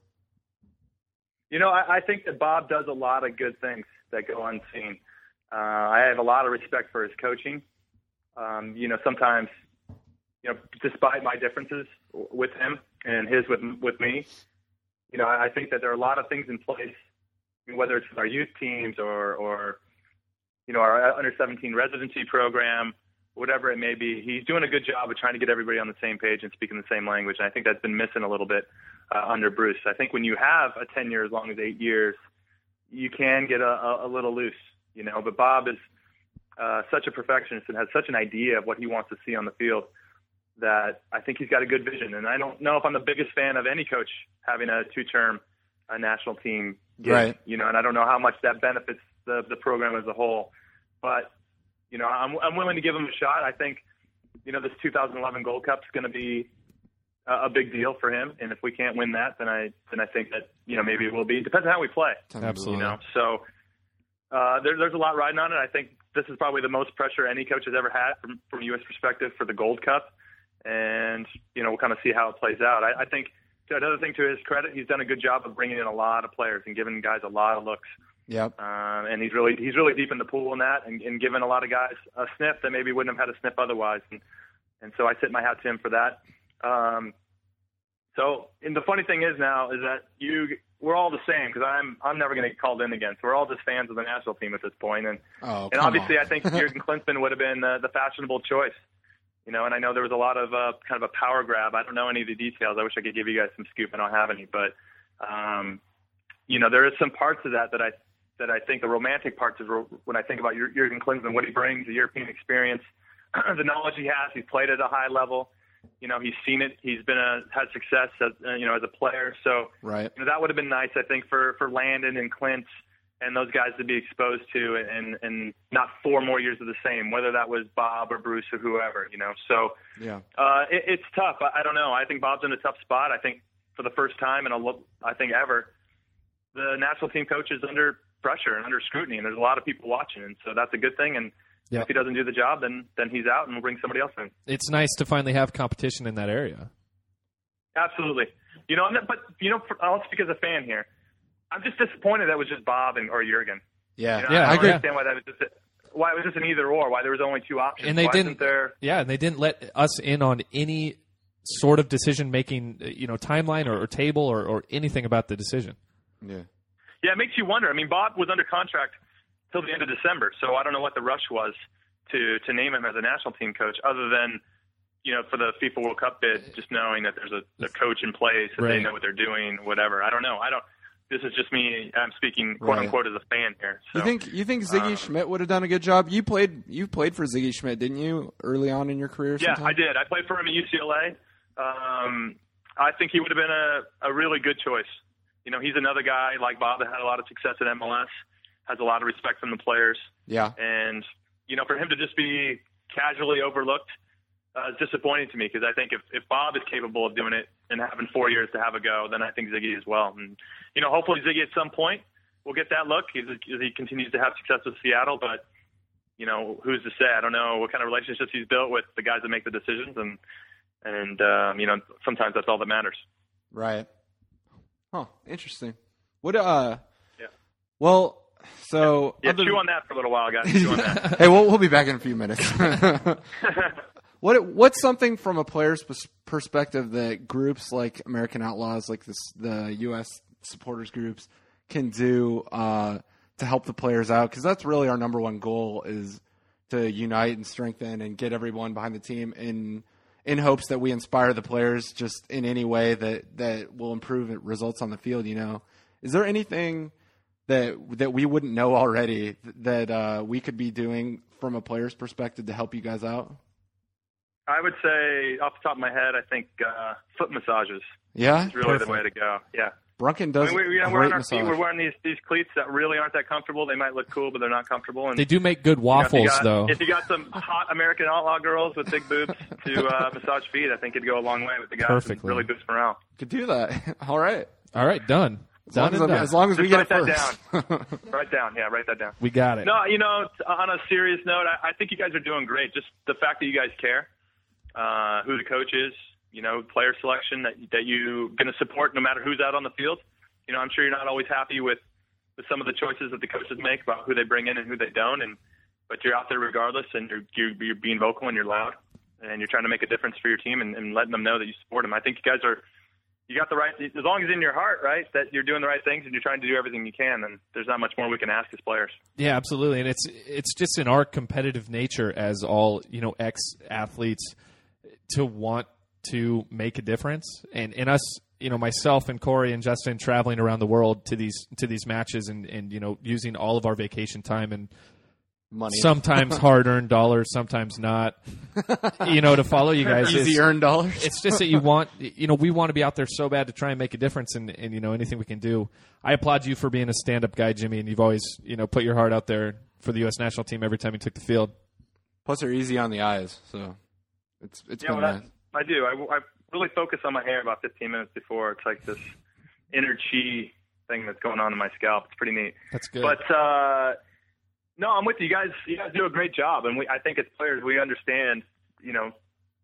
[SPEAKER 4] you know, I, I think that Bob does a lot of good things that go unseen. Uh, I have a lot of respect for his coaching. Um, you know, sometimes, you know, despite my differences w- with him and his with with me, you know, I, I think that there are a lot of things in place, I mean, whether it's with our youth teams or or you know our uh, under 17 residency program, whatever it may be. He's doing a good job of trying to get everybody on the same page and speaking the same language. And I think that's been missing a little bit uh, under Bruce. I think when you have a tenure as long as eight years, you can get a, a, a little loose, you know. But Bob is uh, such a perfectionist and has such an idea of what he wants to see on the field that I think he's got a good vision. And I don't know if I'm the biggest fan of any coach having a two-term uh, national team, gig,
[SPEAKER 2] Right.
[SPEAKER 4] You know, and I don't know how much that benefits the the program as a whole. But you know, I'm I'm willing to give him a shot. I think you know this 2011 Gold Cup's going to be a a big deal for him. And if we can't win that, then I then I think that you know maybe it will be. It depends on how we play, you
[SPEAKER 1] Absolutely.
[SPEAKER 4] know. So uh, there, there's a lot riding on it. I think this is probably the most pressure any coach has ever had from from a U.S. perspective for the Gold Cup, and you know we'll kind of see how it plays out. I, I think another thing to his credit, he's done a good job of bringing in a lot of players and giving guys a lot of looks.
[SPEAKER 2] Yep.
[SPEAKER 4] Um, and he's really he's really deep in the pool in that, and, and giving a lot of guys a sniff that maybe wouldn't have had a sniff otherwise. And and so I tip my hat to him for that. Um, so and the funny thing is now is that you we're all the same because I'm I'm never going to get called in again. So we're all just fans of the national team at this point, and
[SPEAKER 2] Oh,
[SPEAKER 4] and
[SPEAKER 2] come
[SPEAKER 4] obviously,
[SPEAKER 2] on.
[SPEAKER 4] I think Jurgen Klinsmann would have been uh, the fashionable choice. You know, and I know there was a lot of uh, kind of a power grab. I don't know any of the details. I wish I could give you guys some scoop. I don't have any, but um, you know, there is some parts of that that I that I think the romantic parts of when I think about Jur- Jurgen Klinsmann, what he brings, the European experience, the knowledge he has. He's played at a high level. You know, he's seen it. He's been a had success as uh, you know as a player. So
[SPEAKER 2] right.
[SPEAKER 4] you know, that would have been nice, I think, for for Landon and Clint and those guys to be exposed to, and and not four more years of the same, whether that was Bob or Bruce or whoever, you know. So
[SPEAKER 2] Yeah.
[SPEAKER 4] uh, it, it's tough. I, I don't know. I think Bob's in a tough spot. I think for the first time in a lo- I think ever, the national team coach is under pressure and under scrutiny, and there's a lot of people watching, and so that's a good thing. And
[SPEAKER 1] Yeah.
[SPEAKER 4] if he doesn't do the job, then then he's out, and we'll bring somebody else in.
[SPEAKER 1] It's nice to finally have competition in that area.
[SPEAKER 4] Absolutely. You know, and that- but you know, for- I'll speak as a fan here. I'm just disappointed that was just Bob and or Jurgen.
[SPEAKER 2] Yeah.
[SPEAKER 4] You know,
[SPEAKER 1] Yeah,
[SPEAKER 4] I
[SPEAKER 1] I
[SPEAKER 4] don't
[SPEAKER 1] agree.
[SPEAKER 4] understand why that was just a, why it was just an either or. Why there was only two options.
[SPEAKER 1] And they
[SPEAKER 4] why
[SPEAKER 1] didn't-
[SPEAKER 4] Isn't there?
[SPEAKER 1] Yeah, and they didn't let us in on any sort of decision making, you know, timeline or, or table or, or anything about the decision.
[SPEAKER 2] Yeah.
[SPEAKER 4] Yeah, it makes you wonder. I mean, Bob was under contract till the end of December, so I don't know what the rush was to to name him as a national team coach, other than you know for the FIFA World Cup bid, just knowing that there's a, a coach in place that they
[SPEAKER 1] Right.
[SPEAKER 4] know what they're doing, whatever. I don't know. I don't. this is just me. I'm speaking quote
[SPEAKER 2] Right.
[SPEAKER 4] unquote as a fan here. So.
[SPEAKER 2] You think you think Ziggy
[SPEAKER 4] um,
[SPEAKER 2] Schmidt would have done a good job? You played you played for Ziggy Schmidt, didn't you? Early on in your career,
[SPEAKER 4] Yeah,
[SPEAKER 2] sometime?
[SPEAKER 4] I did. I played for him at UCLA. Um, I think he would have been a, a really good choice. You know, he's another guy like Bob that had a lot of success at MLS, has a lot of respect from the players,
[SPEAKER 2] Yeah,
[SPEAKER 4] and you know, for him to just be casually overlooked uh, is disappointing to me because I think if, if Bob is capable of doing it and having four years to have a go, then I think Ziggy as well. And you know, hopefully Ziggy at some point will get that look as as he continues to have success with Seattle, but you know, who's to say? I don't know what kind of relationships he's built with the guys that make the decisions, and and um, you know, sometimes that's all that matters.
[SPEAKER 2] right. Huh. Interesting. What? Uh.
[SPEAKER 4] Yeah.
[SPEAKER 2] Well, so
[SPEAKER 4] Yeah,
[SPEAKER 2] other-
[SPEAKER 4] chew on that for a little while, guys. Chew on that.
[SPEAKER 2] hey, we'll we'll be back in a few minutes. what what's something from a player's pers- perspective that groups like American Outlaws, like this the U.S. supporters groups, can do uh, to help the players out? Because that's really our number one goal is to unite and strengthen and get everyone behind the team in in hopes that we inspire the players just in any way that that will improve it- results on the field. You know, is there anything? that that we wouldn't know already th- that uh, we could be doing from a player's perspective to help you guys out?
[SPEAKER 4] I would say, off the top of my head, I think uh, foot massages
[SPEAKER 2] Yeah,
[SPEAKER 4] is really
[SPEAKER 1] Perfect.
[SPEAKER 4] the way to go. Yeah.
[SPEAKER 2] Brunken
[SPEAKER 4] I
[SPEAKER 2] does
[SPEAKER 4] mean, we, you know, we're
[SPEAKER 2] great
[SPEAKER 4] on our
[SPEAKER 2] massage.
[SPEAKER 4] feet. We're wearing these these cleats that really aren't that comfortable. They might look cool, but they're not comfortable. And
[SPEAKER 1] They do make good
[SPEAKER 4] you know, if you
[SPEAKER 1] waffles,
[SPEAKER 4] got-
[SPEAKER 1] though.
[SPEAKER 4] If you got some hot American outlaw girls with big boobs to uh, massage feet, I think it'd go a long way with the guys.
[SPEAKER 1] Perfectly.
[SPEAKER 4] Really boost morale.
[SPEAKER 2] Could do that. All right,
[SPEAKER 1] All right, done.
[SPEAKER 2] as
[SPEAKER 1] Done
[SPEAKER 2] long
[SPEAKER 1] and
[SPEAKER 2] as, I'm-
[SPEAKER 1] done.
[SPEAKER 2] as long as we
[SPEAKER 4] Just
[SPEAKER 2] get it
[SPEAKER 4] write
[SPEAKER 2] first.
[SPEAKER 4] that Write down. Yeah, write that down.
[SPEAKER 1] we got it.
[SPEAKER 4] No, you know, t- on a serious note, I, I think you guys are doing great. Just the fact that you guys care, uh, who the coach is, you know, player selection that that you're going to support no matter who's out on the field. You know, I'm sure you're not always happy with with some of the choices that the coaches make about who they bring in and who they don't, and but you're out there regardless, and you're you're, you're being vocal and you're loud, and you're trying to make a difference for your team and, and letting them know that you support them. I think you guys are. You got the right, as long as in your heart, right, that you're doing the right things and you're trying to do everything you can, then there's not much more we can ask as players.
[SPEAKER 1] Yeah, absolutely, and it's it's just in our competitive nature as all you know ex athletes to want to make a difference, and and us you know myself and Corey and Justin traveling around the world to these to these matches and and you know using all of our vacation time and
[SPEAKER 2] Money,
[SPEAKER 1] sometimes hard earned dollars, sometimes not, you know, to follow you guys. is-
[SPEAKER 2] easy earned dollars.
[SPEAKER 1] it's just that you want you know we want to be out there so bad to try and make a difference and, and you know anything we can do i applaud you for being a stand-up guy jimmy and you've always you know put your heart out there for the us national team every time you took the field
[SPEAKER 2] Plus, they're easy on the eyes, so it's it's
[SPEAKER 4] Yeah,
[SPEAKER 2] been
[SPEAKER 4] well, I,
[SPEAKER 2] nice.
[SPEAKER 4] I do. I, I really focus on my hair about 15 minutes before. It's like this inner chi thing that's going on in my scalp. It's pretty neat.
[SPEAKER 1] that's good
[SPEAKER 4] But uh, no, I'm with you guys. You guys do a great job, and we I think as players we understand, you know,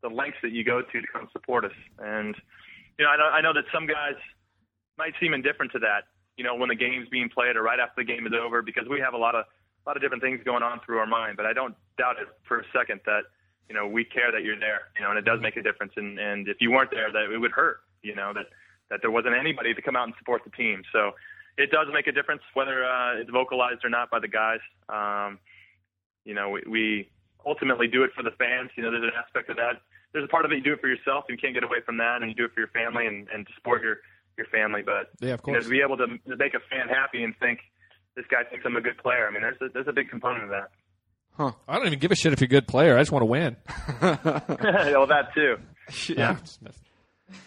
[SPEAKER 4] the lengths that you go to to come support us. And you know, I know I know that some guys might seem indifferent to that. You know, when the game's being played or right after the game is over, because we have a lot of a lot of different things going on through our mind. But I don't doubt it for a second that you know we care that you're there. You know, and it does make a difference. And and if you weren't there, that it would hurt. You know that that there wasn't anybody to come out and support the team. So it does make a difference whether uh, it's vocalized or not by the guys. Um, you know, we, we ultimately do it for the fans. You know, there's an aspect of that. There's a part of it you do it for yourself. You can't get away from that, and you do it for your family and, and to support your your family. But
[SPEAKER 1] yeah of
[SPEAKER 4] you know,
[SPEAKER 1] course
[SPEAKER 4] to be able to, to make a fan happy and think this guy thinks I'm a good player. I mean, there's a, there's a big component of that.
[SPEAKER 1] i don't even give a shit if you're a good player i just want to win
[SPEAKER 4] well, that too.
[SPEAKER 1] yeah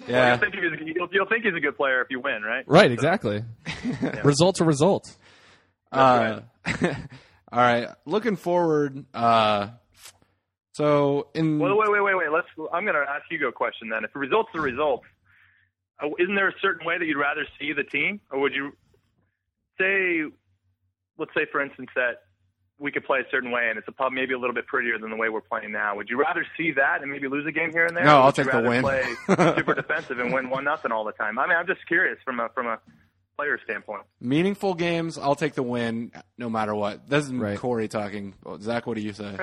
[SPEAKER 4] You'll
[SPEAKER 2] Yeah,
[SPEAKER 4] think, he's, a- you'll, you'll think he's a good player if you win, right?
[SPEAKER 1] right exactly results are results
[SPEAKER 2] Uh, all right. Looking forward. Uh, so in
[SPEAKER 4] Well, wait, wait, wait, wait. Let's. I'm going to ask you a question then. If the results are results, uh, isn't there a certain way that you'd rather see the team, or would you say, let's say for instance that we could play a certain way and it's a pub maybe a little bit prettier than the way we're playing now? Would you rather see that and maybe lose a game here and there?
[SPEAKER 2] No,
[SPEAKER 4] or
[SPEAKER 2] I'll
[SPEAKER 4] would you
[SPEAKER 2] take the
[SPEAKER 4] rather
[SPEAKER 2] win.
[SPEAKER 4] Play super defensive and win one nothing all the time. I mean, I'm just curious from a from a player standpoint.
[SPEAKER 2] meaningful games, I'll take the win no matter what. This is
[SPEAKER 1] Right.
[SPEAKER 2] Corey talking. Well, Zach, what do you say?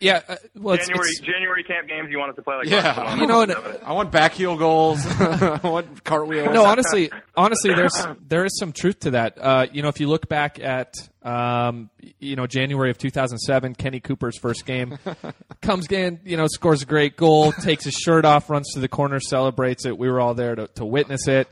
[SPEAKER 1] yeah uh, well it's,
[SPEAKER 4] January
[SPEAKER 1] it's-
[SPEAKER 4] January camp games, you want us to play like
[SPEAKER 2] yeah,
[SPEAKER 4] Barcelona.
[SPEAKER 1] You know, and-
[SPEAKER 2] I want back heel goals. I want cartwheels.
[SPEAKER 1] no honestly honestly there's there is some truth to that uh, you know if you look back at uh, Um, y- you know, January of 2007, Kenny Cooper's first game comes in, you know, scores a great goal, takes his shirt off, runs to the corner, celebrates it. We were all there to, to witness it.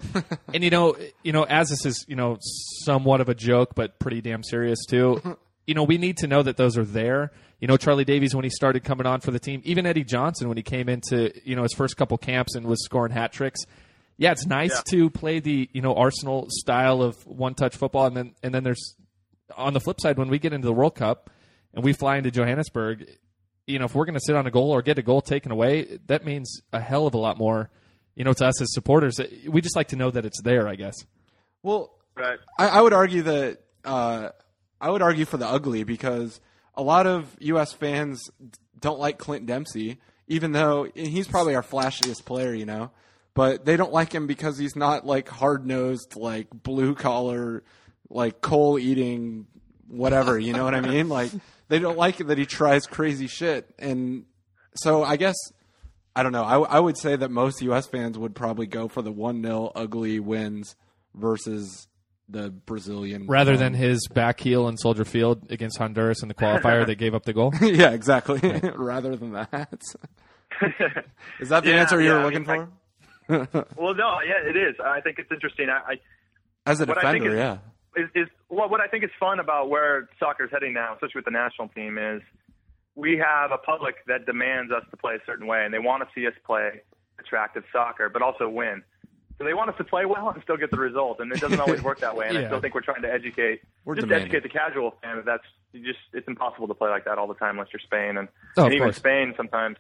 [SPEAKER 1] And you know, you know, as this is, you know, somewhat of a joke, but pretty damn serious too. You know, we need to know that those are there. You know, Charlie Davies when he started coming on for the team, even Eddie Johnson when he came into, you know, his first couple camps and was scoring hat tricks. Yeah, it's nice
[SPEAKER 4] Yeah.
[SPEAKER 1] to play the, you know, Arsenal style of one-touch football and then and then there's on the flip side, when we get into the World Cup and we fly into Johannesburg, you know, if we're going to sit on a goal or get a goal taken away, that means a hell of a lot more, you know, to us as supporters. We just like to know that it's there, I guess.
[SPEAKER 2] Well,
[SPEAKER 4] Right.
[SPEAKER 2] I, I would argue that uh, I would argue for the ugly because a lot of U.S. fans don't like Clint Dempsey, even though and he's probably our flashiest player, you know. But they don't like him because he's not like hard nosed, like blue collar, like coal eating, whatever. You know what I mean? Like they don't like that he tries crazy shit, and so I guess I don't know. I, I would say that most U.S. fans would probably go for the one 0 ugly wins versus the Brazilian
[SPEAKER 1] Rather than his back heel in Soldier Field against Honduras in the qualifier that gave up the goal.
[SPEAKER 2] yeah, exactly. Rather than that, is that the
[SPEAKER 4] Yeah,
[SPEAKER 2] answer you were
[SPEAKER 4] yeah, I
[SPEAKER 2] looking
[SPEAKER 4] mean,
[SPEAKER 2] for?
[SPEAKER 4] Well, no, yeah, it is. I think it's interesting. I, I
[SPEAKER 2] As a
[SPEAKER 4] what I think
[SPEAKER 2] defender,
[SPEAKER 4] is-
[SPEAKER 2] yeah.
[SPEAKER 4] is, is well, what I think is fun about where soccer's heading now, especially with the national team, is we have a public that demands us to play a certain way, and they want to see us play attractive soccer, but also win. So they want us to play well and still get the result, and it doesn't always work that way. And
[SPEAKER 1] Yeah.
[SPEAKER 4] I still think we're trying to educate,
[SPEAKER 2] We're
[SPEAKER 4] just
[SPEAKER 2] demanding.
[SPEAKER 4] educate the casual fan. That that's you just it's impossible to play like that all the time unless you're Spain, and,
[SPEAKER 1] Oh,
[SPEAKER 4] and
[SPEAKER 1] of
[SPEAKER 4] even
[SPEAKER 1] course.
[SPEAKER 4] Spain sometimes.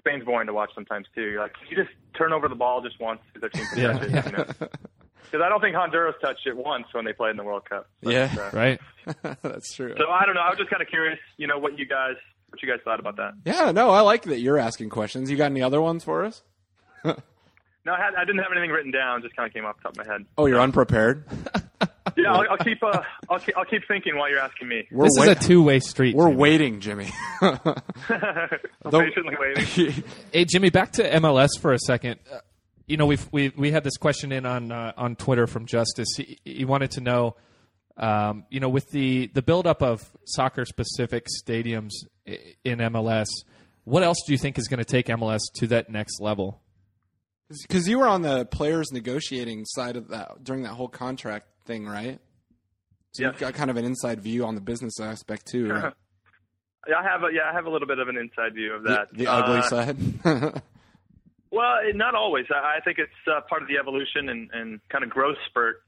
[SPEAKER 4] Spain's boring to watch sometimes too. You're like, can you just turn over the ball just once? Because their team can
[SPEAKER 1] Yeah,
[SPEAKER 4] touch it,
[SPEAKER 1] yeah.
[SPEAKER 4] you know? Because I don't think Honduras touched it once when they played in the World Cup. But,
[SPEAKER 2] Yeah.
[SPEAKER 4] uh,
[SPEAKER 1] Right?
[SPEAKER 2] That's true.
[SPEAKER 4] so I don't know. I was just kind of curious, you know, what you guys what you guys thought about that.
[SPEAKER 2] yeah, no, I like that you're asking questions. You got any other ones for us?
[SPEAKER 4] No, I, had, I didn't have anything written down. Just kind of came off the top of my head.
[SPEAKER 2] Oh, you're unprepared.
[SPEAKER 4] Yeah, I'll, I'll keep uh, I'll keep, I'll keep thinking while you're asking me.
[SPEAKER 2] We're
[SPEAKER 1] this
[SPEAKER 2] wait-
[SPEAKER 1] is a two way street.
[SPEAKER 2] we're
[SPEAKER 1] Jimmy.
[SPEAKER 2] waiting, Jimmy.
[SPEAKER 4] I'm
[SPEAKER 2] Though-
[SPEAKER 4] patiently waiting.
[SPEAKER 1] Hey Jimmy, back to MLS for a second. Uh, you know, we've, we we had this question in on uh, on Twitter from Justice. He, he wanted to know, um, you know, with the the buildup of soccer specific stadiums i- in MLS, what else do you think is going to take MLS to that next level?
[SPEAKER 2] Because you were on the players negotiating side of that during that whole contract thing, right? So you've
[SPEAKER 4] Yes.
[SPEAKER 2] got kind of an inside view on the business aspect too, right?
[SPEAKER 4] Yeah, I have a, yeah, I have a little bit of an inside view of
[SPEAKER 2] the,
[SPEAKER 4] that.
[SPEAKER 2] the ugly
[SPEAKER 4] Uh,
[SPEAKER 2] side.
[SPEAKER 4] Well, it, not always. I, I think it's uh, part of the evolution and, and kind of growth spurt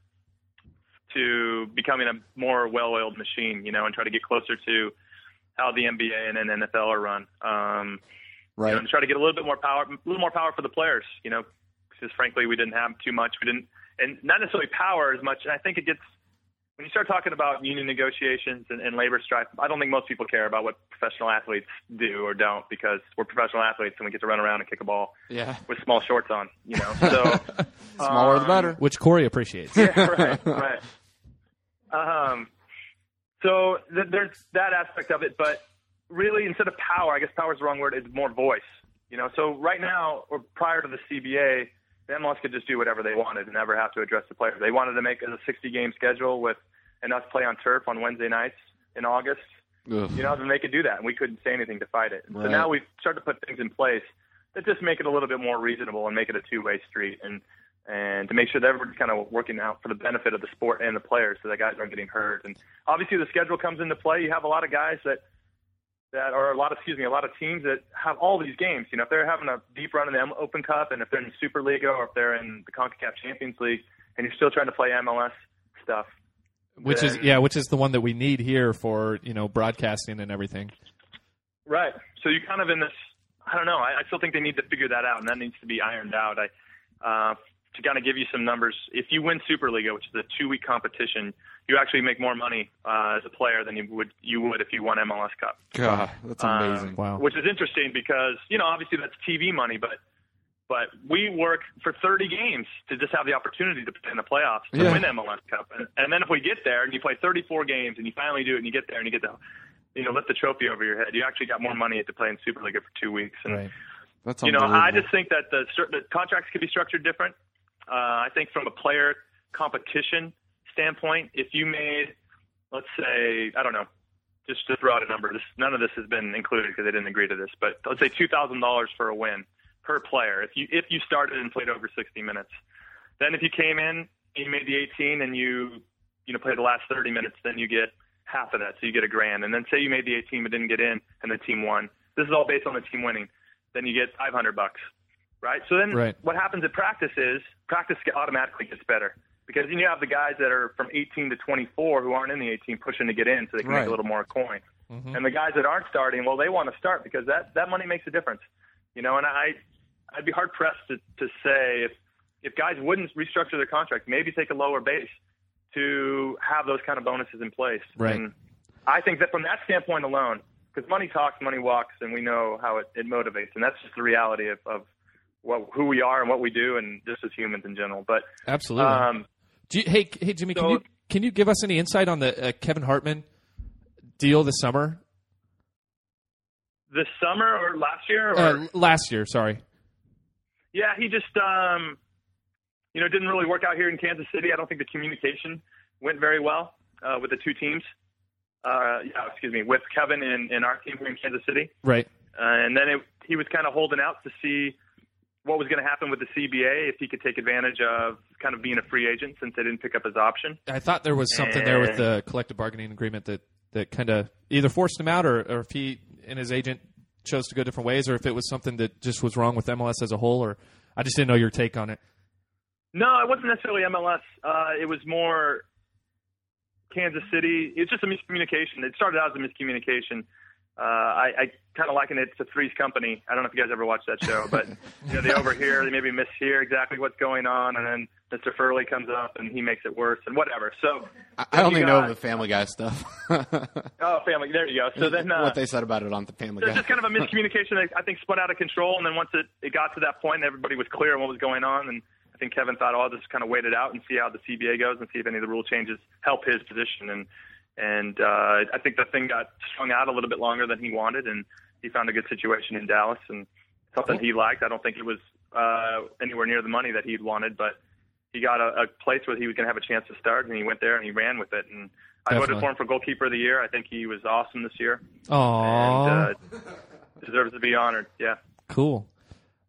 [SPEAKER 4] to becoming a more well-oiled machine, you know, and try to get closer to how the NBA and then NFL are run. Um,
[SPEAKER 2] right.
[SPEAKER 4] you know, and try to get a little bit more power, a little more power for the players. You know, because frankly, we didn't have too much. We didn't, and not necessarily power as much. And I think it gets when you start talking about union negotiations and, and labor strife. I don't think most people care about what professional athletes do or don't because we're professional athletes and we get to run around and kick a ball
[SPEAKER 2] Yeah.
[SPEAKER 4] with small shorts on. You know, so
[SPEAKER 2] Smaller the
[SPEAKER 4] um,
[SPEAKER 2] better.
[SPEAKER 1] Which Corey appreciates.
[SPEAKER 4] yeah, right, right. Um, so th- there's that aspect of it, but really, instead of power, I guess power is the wrong word. It's more voice, you know. So right now, or prior to the CBA, the MLS could just do whatever they wanted and never have to address the players. They wanted to make a 60-game schedule with and us play on turf on Wednesday nights in August.
[SPEAKER 2] Ugh.
[SPEAKER 4] You know, then they could do that, and we couldn't say anything to fight it. So
[SPEAKER 2] Right.
[SPEAKER 4] now we've started to put things in place that just make it a little bit more reasonable and make it a two-way street, and and to make sure that everyone's kind of working out for the benefit of the sport and the players, so that guys aren't getting hurt. And obviously, the schedule comes into play. You have a lot of guys that that are a lot of excuse me, a lot of teams that have all these games. You know, if they're having a deep run in the M- Open Cup, and if they're in Superliga, or if they're in the Concacaf Champions League, and you're still trying to play MLS stuff,
[SPEAKER 1] Which is yeah, which is the one that we need here for you know broadcasting and everything.
[SPEAKER 4] Right. So you're kind of in this. I don't know. I, I still think they need to figure that out, and that needs to be ironed out. I uh, to kind of give you some numbers. If you win Superliga, which is a two-week competition, you actually make more money uh, as a player than you would you would if you won MLS Cup.
[SPEAKER 2] God, that's
[SPEAKER 4] Um,
[SPEAKER 2] amazing.
[SPEAKER 1] Wow.
[SPEAKER 4] Which is interesting because you know obviously that's TV money, but but we work for 30 games to just have the opportunity to play in the playoffs to
[SPEAKER 2] Yeah.
[SPEAKER 4] win MLS Cup, and, and then if we get there and you play 34 games and you finally do it and you get there and you get the you know lift the trophy over your head, you actually got more money to play in Superliga for two weeks. And
[SPEAKER 1] Right.
[SPEAKER 2] That's
[SPEAKER 4] you know I
[SPEAKER 2] unbelievable.
[SPEAKER 4] just think that the stru- the contracts could be structured different. Uh, I think from a player competition standpoint, if you made let's say I don't know, just to throw out a number. This none of this has been included because they didn't agree to this, but let's say two thousand dollars for a win per player if you if you started and played over sixty minutes. Then if you came in and you made the eighteen and you you know played the last thirty minutes, then you get half of that, so you get a grand. And then say you made the eighteen but didn't get in and the team won. This is all based on the team winning. Then you get five hundred bucks. Right. So then
[SPEAKER 1] Right.
[SPEAKER 4] what happens at practice is practice automatically gets better because then you have the guys that are from 18 to 24 who aren't in the 18 pushing to get in so they can
[SPEAKER 2] Right.
[SPEAKER 4] make a little more coin. And the guys that aren't starting, well, they want to start because that that money makes a difference, you know. And I, I'd be hard pressed to, to say if if guys wouldn't restructure their contract, maybe take a lower base to have those kind of bonuses in place.
[SPEAKER 1] Right.
[SPEAKER 4] And I think that from that standpoint alone, because money talks, money walks, and we know how it, it motivates, and that's just the reality of, of what, who we are and what we do, and just as humans in general. But
[SPEAKER 1] Absolutely.
[SPEAKER 4] um,
[SPEAKER 1] Do you, hey, hey, Jimmy, can
[SPEAKER 4] So-
[SPEAKER 1] you can you give us any insight on the uh, Kevin Hartman deal this summer?
[SPEAKER 4] this summer or last year, or
[SPEAKER 1] Uh, last year, sorry.
[SPEAKER 4] Yeah, he just um you know, it didn't really work out here in Kansas City. I don't think the communication went very well uh, with the two teams. Uh, yeah, excuse me, with Kevin and, and our team here in Kansas City.
[SPEAKER 1] Right.
[SPEAKER 4] Uh, and then it, he was kind of holding out to see what was going to happen with the CBA if he could take advantage of kind of being a free agent since they didn't pick up his option.
[SPEAKER 1] I thought there was something there with the collective bargaining agreement that, that kind of either forced him out, or, or if he and his agent chose to go different ways, or if it was something that just was wrong with MLS as a whole. Or I just didn't know your take on it.
[SPEAKER 4] No, it wasn't necessarily MLS. Uh, it was more Kansas City. It's just a miscommunication. It started out as a miscommunication. Uh, I, I kind of liken it to Three's Company. I don't know if you guys ever watched that show, but you know they overhear, they maybe mishear exactly what's going on, and then Mr. Furley comes up and he makes it worse and whatever. So,
[SPEAKER 2] I, I only know
[SPEAKER 4] got-
[SPEAKER 2] the Family Guy stuff.
[SPEAKER 4] oh, family, there you go. So then uh,
[SPEAKER 2] what they said about it on the Family
[SPEAKER 4] it
[SPEAKER 2] Guy.
[SPEAKER 4] was just kind of a miscommunication that I think spun out of control. And then once it, it got to that point, everybody was clear on what was going on. And I think Kevin thought, oh, I'll just kind of wait it out and see how the CBA goes and see if any of the rule changes help his position. And and uh, I think the thing got strung out a little bit longer than he wanted. And he found a good situation in Dallas and something he liked. I don't think it was uh, anywhere near the money that he'd wanted, but he got a, a place where he was going to have a chance to start. And he went there and he ran with it. And I voted
[SPEAKER 1] Definitely.
[SPEAKER 4] for him for goalkeeper of the year. I think he was awesome this year
[SPEAKER 1] Aww.
[SPEAKER 4] and uh, deserves to be honored. Yeah.
[SPEAKER 1] Cool.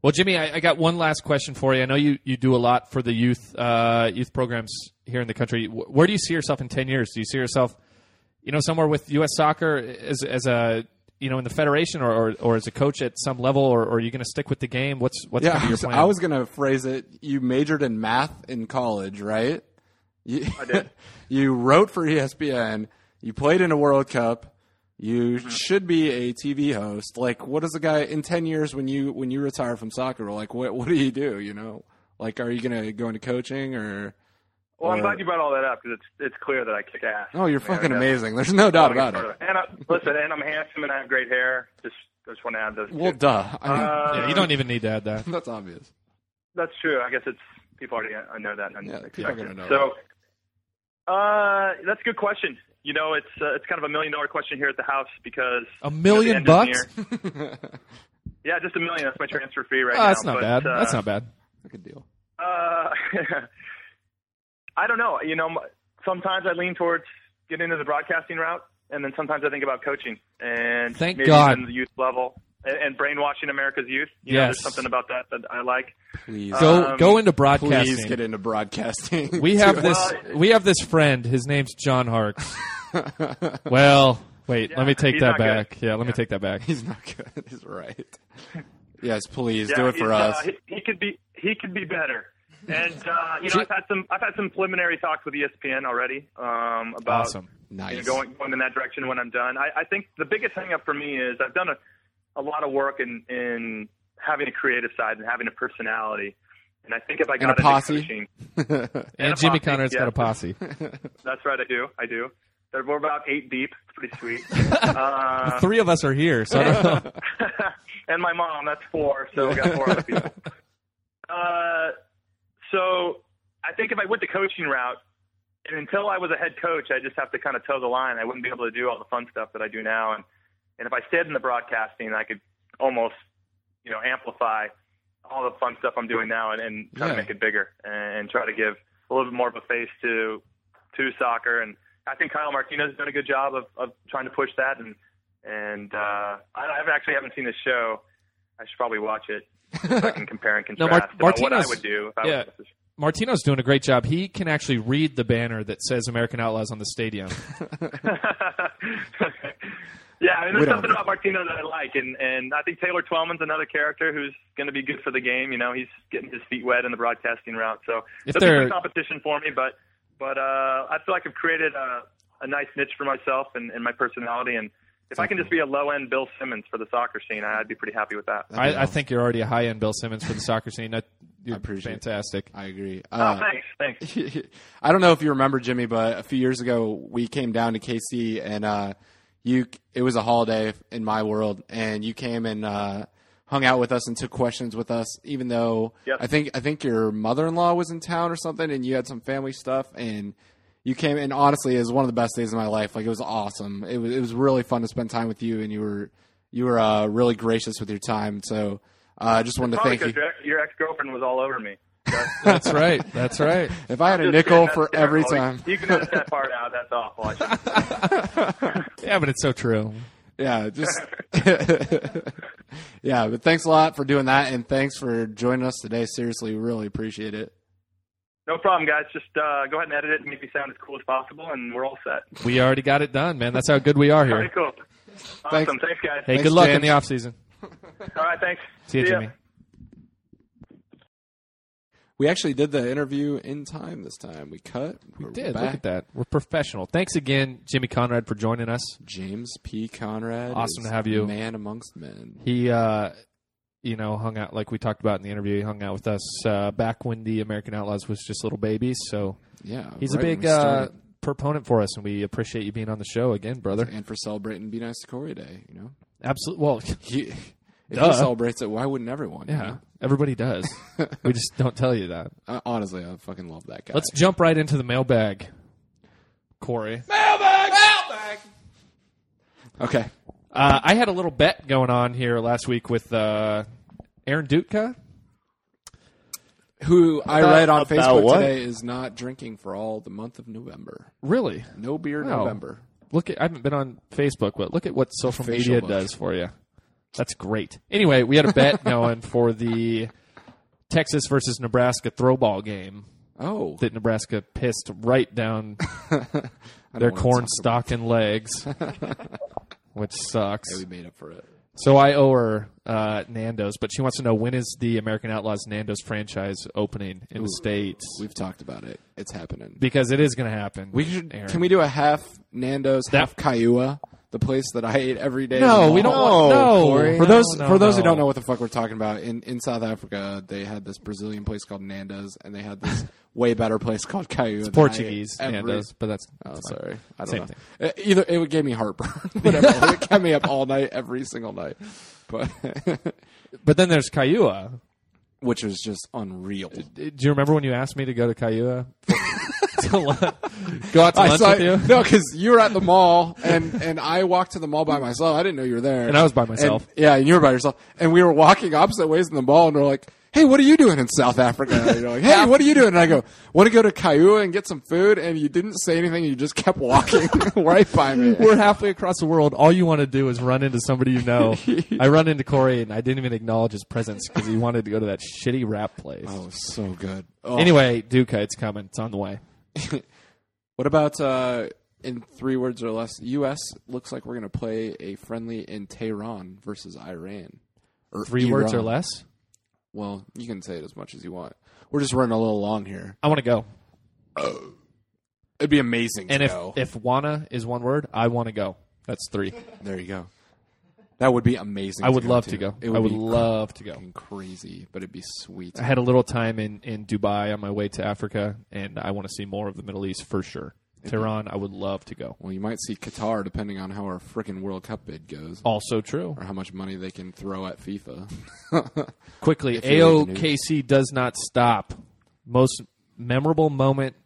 [SPEAKER 1] Well, Jimmy, I, I got one last question for you. I know you, you do a lot for the youth uh, youth programs here in the country. Wh- Where do you see yourself in ten years? Do you see yourself, you know, somewhere with U.S. Soccer as as a you know in the federation or or, or as a coach at some level, or, or are you going to stick with the game? What's what's kind
[SPEAKER 2] yeah,
[SPEAKER 1] of
[SPEAKER 2] I
[SPEAKER 1] your
[SPEAKER 2] was,
[SPEAKER 1] plan?
[SPEAKER 2] I was gonna phrase it. You majored in math in college, right? You, I
[SPEAKER 4] did.
[SPEAKER 2] you wrote for E ESPN. You played in a World Cup. You
[SPEAKER 4] Mm-hmm.
[SPEAKER 2] should be a TV host. Like, what does a guy in ten years when you when you retire from soccer? Like, what what do you do? You know, like, are you gonna go into coaching or?
[SPEAKER 4] Well, I'm
[SPEAKER 2] or-
[SPEAKER 4] glad you brought all that up because it's it's clear that I kick ass. uh,
[SPEAKER 2] Oh, you're
[SPEAKER 4] I mean,
[SPEAKER 2] fucking
[SPEAKER 4] that's-
[SPEAKER 2] amazing. There's no doubt about it.
[SPEAKER 4] And I, listen, and I'm handsome and I have great hair. Just just want to add those.
[SPEAKER 2] Well,
[SPEAKER 4] two.
[SPEAKER 2] duh. I mean,
[SPEAKER 4] Uh,
[SPEAKER 1] yeah, you don't even need to add that.
[SPEAKER 2] that's obvious.
[SPEAKER 4] That's true. I guess it's people already uh, know that. And
[SPEAKER 2] Yeah,
[SPEAKER 4] expect
[SPEAKER 2] people are gonna
[SPEAKER 4] it.
[SPEAKER 2] know
[SPEAKER 4] So, uh, that's a good question. You know, it's uh, it's kind of a million dollar question here at the house because
[SPEAKER 1] A
[SPEAKER 4] you know,
[SPEAKER 1] million
[SPEAKER 4] the end is
[SPEAKER 1] bucks?
[SPEAKER 4] near. yeah, just a million. That's my transfer fee right
[SPEAKER 1] Oh,
[SPEAKER 2] Ah,
[SPEAKER 4] now.
[SPEAKER 1] that's not
[SPEAKER 4] But,
[SPEAKER 1] bad.
[SPEAKER 4] uh,
[SPEAKER 1] that's not bad.
[SPEAKER 2] Good deal.
[SPEAKER 4] Uh, I don't know. You know, m- sometimes I lean towards getting into the broadcasting route, and then sometimes I think about coaching and
[SPEAKER 1] Thank
[SPEAKER 4] maybe
[SPEAKER 1] God.
[SPEAKER 4] even the youth level and, and brainwashing America's youth. You know,
[SPEAKER 1] Yes.
[SPEAKER 4] there's something about that that I like.
[SPEAKER 2] Please,
[SPEAKER 1] Go
[SPEAKER 4] um,
[SPEAKER 1] go into broadcasting.
[SPEAKER 2] please get into broadcasting.
[SPEAKER 1] We have this.
[SPEAKER 4] Well-
[SPEAKER 1] We have this friend. His name's John Harks. well, wait. let me take
[SPEAKER 4] he's
[SPEAKER 1] that
[SPEAKER 4] not good.
[SPEAKER 1] back. Yeah, let me take that back.
[SPEAKER 2] He's not good. He's right. Yes, please
[SPEAKER 4] Yeah,
[SPEAKER 2] do it for
[SPEAKER 4] he's, uh,
[SPEAKER 2] us.
[SPEAKER 4] he, he could be he could be better. And uh, you know, I've had some I've had some preliminary talks with E ESPN already um, about
[SPEAKER 1] Awesome.
[SPEAKER 4] you know,
[SPEAKER 2] nice.
[SPEAKER 4] going going in that direction when I'm done. I, I think the biggest hang up for me is I've done a, a lot of work in in having a creative side and having a personality. And I think if I got into
[SPEAKER 2] posse?
[SPEAKER 4] coaching,
[SPEAKER 1] And,
[SPEAKER 4] a
[SPEAKER 1] Jimmy
[SPEAKER 4] posse,
[SPEAKER 1] Connor's
[SPEAKER 4] yeah.
[SPEAKER 1] got a posse.
[SPEAKER 4] that's right, I do, I do. They're, we're about eight deep. It's pretty sweet. uh,
[SPEAKER 1] Three of us are here, so I don't know.
[SPEAKER 4] and my mom, that's four. So we got four other people. Uh, so I think if I went the coaching route, and until I was a head coach, I just have to kind of toe the line. I wouldn't be able to do all the fun stuff that I do now. And and if I stayed in the broadcasting, I could almost, you know, amplify all the fun stuff I'm doing now and, and try
[SPEAKER 2] Yeah.
[SPEAKER 4] to make it bigger and, and try to give a little bit more of a face to to soccer and I think Kyle Martinez has done a good job of, of trying to push that, and and uh, I, I actually haven't seen this show. I should probably watch it so I can compare and
[SPEAKER 1] No,
[SPEAKER 4] contrast
[SPEAKER 1] Mar-
[SPEAKER 4] about what I
[SPEAKER 1] Martinez-
[SPEAKER 4] would do. If I
[SPEAKER 1] yeah.
[SPEAKER 4] was,
[SPEAKER 1] Martino's doing a great job. He can actually read the banner that says American Outlaws on the stadium.
[SPEAKER 4] yeah, I mean,
[SPEAKER 2] We
[SPEAKER 4] there's
[SPEAKER 2] don't
[SPEAKER 4] something
[SPEAKER 2] know.
[SPEAKER 4] about Martino that I like, and and I think Taylor Twellman's another character who's going to be good for the game. You know, he's getting his feet wet in the broadcasting route, so
[SPEAKER 1] If
[SPEAKER 4] there'll be
[SPEAKER 1] they're-
[SPEAKER 4] some competition for me. But but uh, I feel like I've created a, a nice niche for myself and, and my personality, and if I can just be a low end Bill Simmons for the soccer scene, I'd be pretty happy with that.
[SPEAKER 1] I, I think you're already a high end Bill Simmons for the soccer scene. That, you're
[SPEAKER 2] I appreciate it.
[SPEAKER 1] fantastic.
[SPEAKER 2] I agree.
[SPEAKER 4] Oh,
[SPEAKER 2] Uh,
[SPEAKER 4] thanks, thanks.
[SPEAKER 2] I don't know if you remember Jimmy, but a few years ago we came down to KC and uh, you it was a holiday in my world, and you came and uh, hung out with us and took questions with us, even though
[SPEAKER 4] Yep.
[SPEAKER 2] I think I think your mother in law was in town or something, and you had some family stuff and. You came and honestly, it was one of the best days of my life. Like it was awesome. It was it was really fun to spend time with you, and you were you were uh, really gracious with your time. So uh, I just wanted to
[SPEAKER 4] Probably
[SPEAKER 2] thank you.
[SPEAKER 4] because your ex girlfriend was all over me.
[SPEAKER 1] That's right. That's right.
[SPEAKER 2] If I had a
[SPEAKER 4] Just
[SPEAKER 2] nickel
[SPEAKER 4] kidding,
[SPEAKER 2] for
[SPEAKER 4] that's
[SPEAKER 2] every
[SPEAKER 4] terrible.
[SPEAKER 2] time,
[SPEAKER 4] You can edit that part out. That's awful. I shouldn't
[SPEAKER 1] Yeah, but it's so true.
[SPEAKER 2] Yeah, just yeah. But thanks a lot for doing that, and thanks for joining us today. Seriously, we really appreciate it.
[SPEAKER 4] No problem, guys. Just uh, go ahead and edit it and make me sound as cool as possible, and we're all set.
[SPEAKER 1] We already got it done, man. That's how good we are
[SPEAKER 4] All right,
[SPEAKER 1] here.
[SPEAKER 4] cool.
[SPEAKER 2] Thanks.
[SPEAKER 4] Awesome. Thanks, guys.
[SPEAKER 1] Hey,
[SPEAKER 2] Thanks,
[SPEAKER 1] good luck
[SPEAKER 2] James.
[SPEAKER 1] in the off season.
[SPEAKER 4] All right, thanks.
[SPEAKER 1] See you,
[SPEAKER 4] ya.
[SPEAKER 1] Jimmy.
[SPEAKER 2] We actually did the interview in time this time. We cut. We
[SPEAKER 1] Did look at that? We're professional. Thanks again, Jimmy Conrad, for joining us.
[SPEAKER 2] James P. Conrad.
[SPEAKER 1] Awesome
[SPEAKER 2] is
[SPEAKER 1] to have you.
[SPEAKER 2] man amongst men.
[SPEAKER 1] He, uh, you know, hung out like we talked about in the interview. He hung out with us uh, back when the American Outlaws was just little babies. So
[SPEAKER 2] Yeah,
[SPEAKER 1] he's
[SPEAKER 2] right
[SPEAKER 1] a
[SPEAKER 2] when
[SPEAKER 1] big
[SPEAKER 2] we
[SPEAKER 1] uh,
[SPEAKER 2] started.
[SPEAKER 1] proponent for us, and we appreciate you being on the show again, brother.
[SPEAKER 2] and for celebrating Be Nice to Corey Day. You know,
[SPEAKER 1] Absolutely. Well,
[SPEAKER 2] he, if
[SPEAKER 1] Duh.
[SPEAKER 2] he celebrates it, why wouldn't everyone? you
[SPEAKER 1] yeah,
[SPEAKER 2] know?
[SPEAKER 1] everybody does. we just don't tell you that.
[SPEAKER 2] I, honestly, I fucking love that guy.
[SPEAKER 1] Let's jump right into the mailbag, Corey.
[SPEAKER 2] okay.
[SPEAKER 1] Uh, I had a little bet going on here last week with uh, Aaron Dutka.
[SPEAKER 2] Who I
[SPEAKER 3] About-
[SPEAKER 2] read on
[SPEAKER 3] about
[SPEAKER 2] Facebook
[SPEAKER 3] what?
[SPEAKER 2] today is not drinking for all the month of November.
[SPEAKER 1] Really?
[SPEAKER 2] No beer
[SPEAKER 1] Wow.
[SPEAKER 2] November.
[SPEAKER 1] Look, at, I haven't been on Facebook, but look at what social
[SPEAKER 2] Facial
[SPEAKER 1] media
[SPEAKER 2] look.
[SPEAKER 1] does for you. That's great. Anyway, we had a bet going for the Texas versus Nebraska throwball game
[SPEAKER 2] Oh,
[SPEAKER 1] that Nebraska pissed right down
[SPEAKER 2] I don't
[SPEAKER 1] their
[SPEAKER 2] wanna
[SPEAKER 1] corn
[SPEAKER 2] talk
[SPEAKER 1] stalking legs, which sucks.
[SPEAKER 2] about it. We made up for it.
[SPEAKER 1] So I owe her uh, Nando's, but she wants to know when is the American Outlaws Nando's franchise opening in the states
[SPEAKER 2] We've talked about it. It's happening.
[SPEAKER 1] because it is going to happen.
[SPEAKER 2] We should.
[SPEAKER 1] Aaron.
[SPEAKER 2] Can we do a half Nando's, half Kaiua? The place that I ate every day.
[SPEAKER 1] No,
[SPEAKER 2] in the
[SPEAKER 1] we don't
[SPEAKER 2] mall?
[SPEAKER 1] want. No,
[SPEAKER 3] Corey.
[SPEAKER 2] For those
[SPEAKER 1] No, no,
[SPEAKER 2] for those who
[SPEAKER 1] no.
[SPEAKER 2] don't know what the fuck we're talking about, in, in South Africa they had this Brazilian place called Nando's, and they had this way better place called Kaiua. It's
[SPEAKER 1] Portuguese Nando's, but that's
[SPEAKER 2] Oh,
[SPEAKER 1] that's fine.
[SPEAKER 2] sorry. I don't
[SPEAKER 1] Same
[SPEAKER 2] know.
[SPEAKER 1] thing.
[SPEAKER 2] Uh, Either it gave me heartburn. Whatever. it kept me up all night, every single night. But
[SPEAKER 1] But then there's Cayua.
[SPEAKER 2] which was just unreal.
[SPEAKER 1] Do you remember when you asked me to go to Cayua? To lu- go out to
[SPEAKER 2] I
[SPEAKER 1] lunch
[SPEAKER 2] saw
[SPEAKER 1] with you?
[SPEAKER 2] No, because you were at the mall, and and I walked to the mall by myself. I didn't know you were there,
[SPEAKER 1] And I was by myself.
[SPEAKER 2] And- yeah, and you were by yourself, and we were walking opposite ways in the mall, and we're like. Hey, what are you doing in South Africa? And you're like, hey, what are you doing? And I go, want to go to Kaiua and get some food? And you didn't say anything. You just kept walking right by me.
[SPEAKER 1] We're halfway across the world. All you want to do is run into somebody you know. I run into Corey, and I didn't even acknowledge his presence because he wanted to go to that shitty rap place.
[SPEAKER 2] Oh, so good. Oh.
[SPEAKER 1] Anyway, Duca, it's coming. It's on the way.
[SPEAKER 2] What about uh, in three words or less? U.S. looks like we're going to play a friendly in Tehran versus Iran. Or
[SPEAKER 1] Three words or
[SPEAKER 2] Iran.
[SPEAKER 1] less.
[SPEAKER 2] Well, you can say it as much as you want. We're just running a little long here.
[SPEAKER 1] I want to go.
[SPEAKER 2] It'd be amazing.
[SPEAKER 1] And
[SPEAKER 2] to
[SPEAKER 1] if
[SPEAKER 2] go.
[SPEAKER 1] if wanna is one word, I want to go. That's three.
[SPEAKER 2] there you go, that would be amazing.
[SPEAKER 1] I would
[SPEAKER 2] go
[SPEAKER 1] love
[SPEAKER 2] to.
[SPEAKER 1] to go.
[SPEAKER 2] It would
[SPEAKER 1] I would
[SPEAKER 2] be
[SPEAKER 1] love to go.
[SPEAKER 2] fucking crazy, but it'd be sweet.
[SPEAKER 1] I had a little time in, in Dubai on my way to Africa, and I want to see more of the Middle East for sure. Tehran, I would love to go.
[SPEAKER 2] Well, you might see Qatar depending on how our frickin' World Cup bid goes,
[SPEAKER 1] Also true.
[SPEAKER 2] or how much money they can throw at FIFA.
[SPEAKER 1] Quickly,
[SPEAKER 2] you read the
[SPEAKER 1] AOKC does not stop. Most memorable moment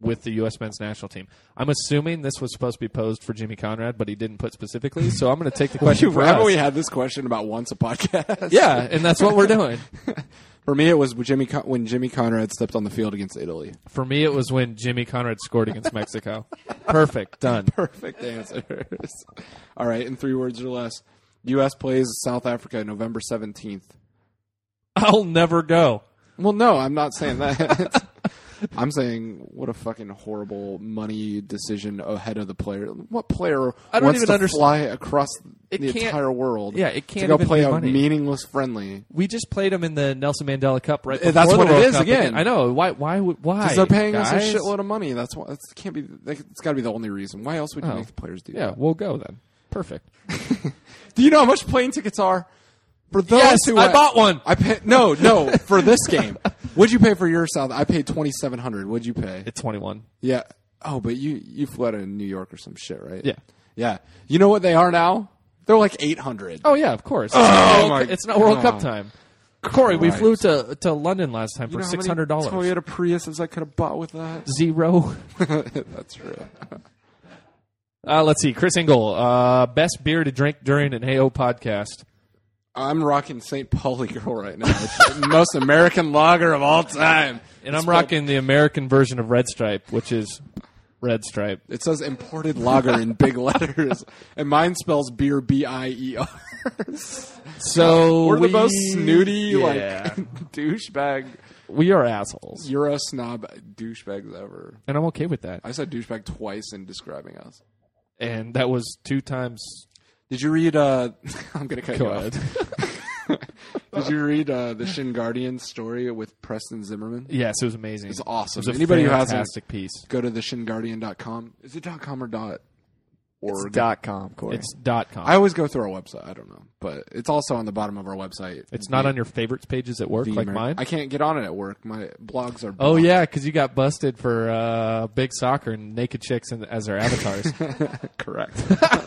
[SPEAKER 1] with the U.S. men's national team. I'm assuming this was supposed to be posed for Jimmy Conrad, but he didn't put specifically, so I'm going to take the question for
[SPEAKER 2] Remember
[SPEAKER 1] us.
[SPEAKER 2] we had this question about once a podcast?
[SPEAKER 1] yeah, and that's what we're doing.
[SPEAKER 2] For me, it was Jimmy Con- when Jimmy Conrad stepped on the field against Italy.
[SPEAKER 1] For me, it was when Jimmy Conrad scored against Mexico. Perfect. Done.
[SPEAKER 2] Perfect answers. All right, in three words or less. U.S. plays South Africa November seventeenth.
[SPEAKER 1] I'll never go.
[SPEAKER 2] Well, no, I'm not saying that. I'm saying what a fucking horrible money decision ahead of the player. What player
[SPEAKER 1] I don't
[SPEAKER 2] wants
[SPEAKER 1] even
[SPEAKER 2] to
[SPEAKER 1] understand-
[SPEAKER 2] fly across
[SPEAKER 1] It
[SPEAKER 2] the
[SPEAKER 1] can't-
[SPEAKER 2] entire world?
[SPEAKER 1] Yeah, it can't
[SPEAKER 2] to go
[SPEAKER 1] even
[SPEAKER 2] play
[SPEAKER 1] be
[SPEAKER 2] a
[SPEAKER 1] money.
[SPEAKER 2] meaningless friendly
[SPEAKER 1] We just played him in the Nelson Mandela Cup right
[SPEAKER 2] Eh,
[SPEAKER 1] before
[SPEAKER 2] that's
[SPEAKER 1] the
[SPEAKER 2] what it
[SPEAKER 1] World
[SPEAKER 2] is
[SPEAKER 1] Cup
[SPEAKER 2] again.
[SPEAKER 1] I know. Why? Why? would- Why?
[SPEAKER 2] because they're paying us
[SPEAKER 1] guys?
[SPEAKER 2] a shitload of money. That's why it can't be. that- It's got to be the only reason. Why else would you
[SPEAKER 1] Oh.
[SPEAKER 2] make the players do
[SPEAKER 1] Yeah,
[SPEAKER 2] that?
[SPEAKER 1] we'll go then. Perfect.
[SPEAKER 2] Do you know how much plane tickets are for those
[SPEAKER 1] Yes,
[SPEAKER 2] who
[SPEAKER 1] I
[SPEAKER 2] went-
[SPEAKER 1] bought one.
[SPEAKER 2] I pay, no, no, for this game. What'd you pay for your South? I paid twenty seven hundred. What'd you pay?
[SPEAKER 1] It's 21.
[SPEAKER 2] Yeah. Oh, but you you flew out of New York or some shit, right?
[SPEAKER 1] Yeah.
[SPEAKER 2] Yeah. You know what they are now? They're like eight hundred.
[SPEAKER 1] Oh yeah, of course. Oh,
[SPEAKER 2] my
[SPEAKER 1] it's not World Cup
[SPEAKER 2] God.
[SPEAKER 1] time. Corey, we
[SPEAKER 2] Christ.
[SPEAKER 1] flew to to London last time
[SPEAKER 2] You
[SPEAKER 1] for
[SPEAKER 2] know how many
[SPEAKER 1] six hundred dollars.
[SPEAKER 2] Toyota Priuses I could have bought with that.
[SPEAKER 1] Zero.
[SPEAKER 2] That's true.
[SPEAKER 1] Uh, let's see. Chris Engel, uh, best beer to drink during an AO podcast.
[SPEAKER 2] I'm rocking St. Pauli Girl right now. It's the most American lager of all time.
[SPEAKER 1] And I'm rocking the American version of Red Stripe, which is Red Stripe.
[SPEAKER 2] It says imported lager in big letters, and mine spells beer B I E R.
[SPEAKER 1] So
[SPEAKER 2] We're
[SPEAKER 1] we,
[SPEAKER 2] the most snooty,
[SPEAKER 1] Yeah.
[SPEAKER 2] like douchebag,
[SPEAKER 1] we are assholes,
[SPEAKER 2] Euro snob douchebags ever.
[SPEAKER 1] and I'm okay with that.
[SPEAKER 2] I said douchebag twice in describing us.
[SPEAKER 1] And that was two times.
[SPEAKER 2] Did you read? uh I'm gonna cut
[SPEAKER 1] Go
[SPEAKER 2] you off.
[SPEAKER 1] ahead.
[SPEAKER 2] Did you read uh, the Shin Guardian story with Preston Zimmerman?
[SPEAKER 1] Yes, it was amazing. It's
[SPEAKER 2] awesome.
[SPEAKER 1] It was a
[SPEAKER 2] Anybody who hasn't-
[SPEAKER 1] fantastic piece.
[SPEAKER 2] Go to the shinguardian.com. Is it dot .com or dot
[SPEAKER 3] It's
[SPEAKER 2] .org?
[SPEAKER 3] dot com, Corey.
[SPEAKER 1] It's dot com.
[SPEAKER 2] I always go through our website. I don't know, but it's also on the bottom of our website.
[SPEAKER 1] it's not on your favorites pages at work
[SPEAKER 2] The
[SPEAKER 1] like
[SPEAKER 2] Ameri-
[SPEAKER 1] mine.
[SPEAKER 2] I can't get on it at work. My blogs are.
[SPEAKER 1] Oh
[SPEAKER 2] blocked.
[SPEAKER 1] yeah, because you got busted for uh, big soccer and naked chicks and, as their avatars.
[SPEAKER 2] correct.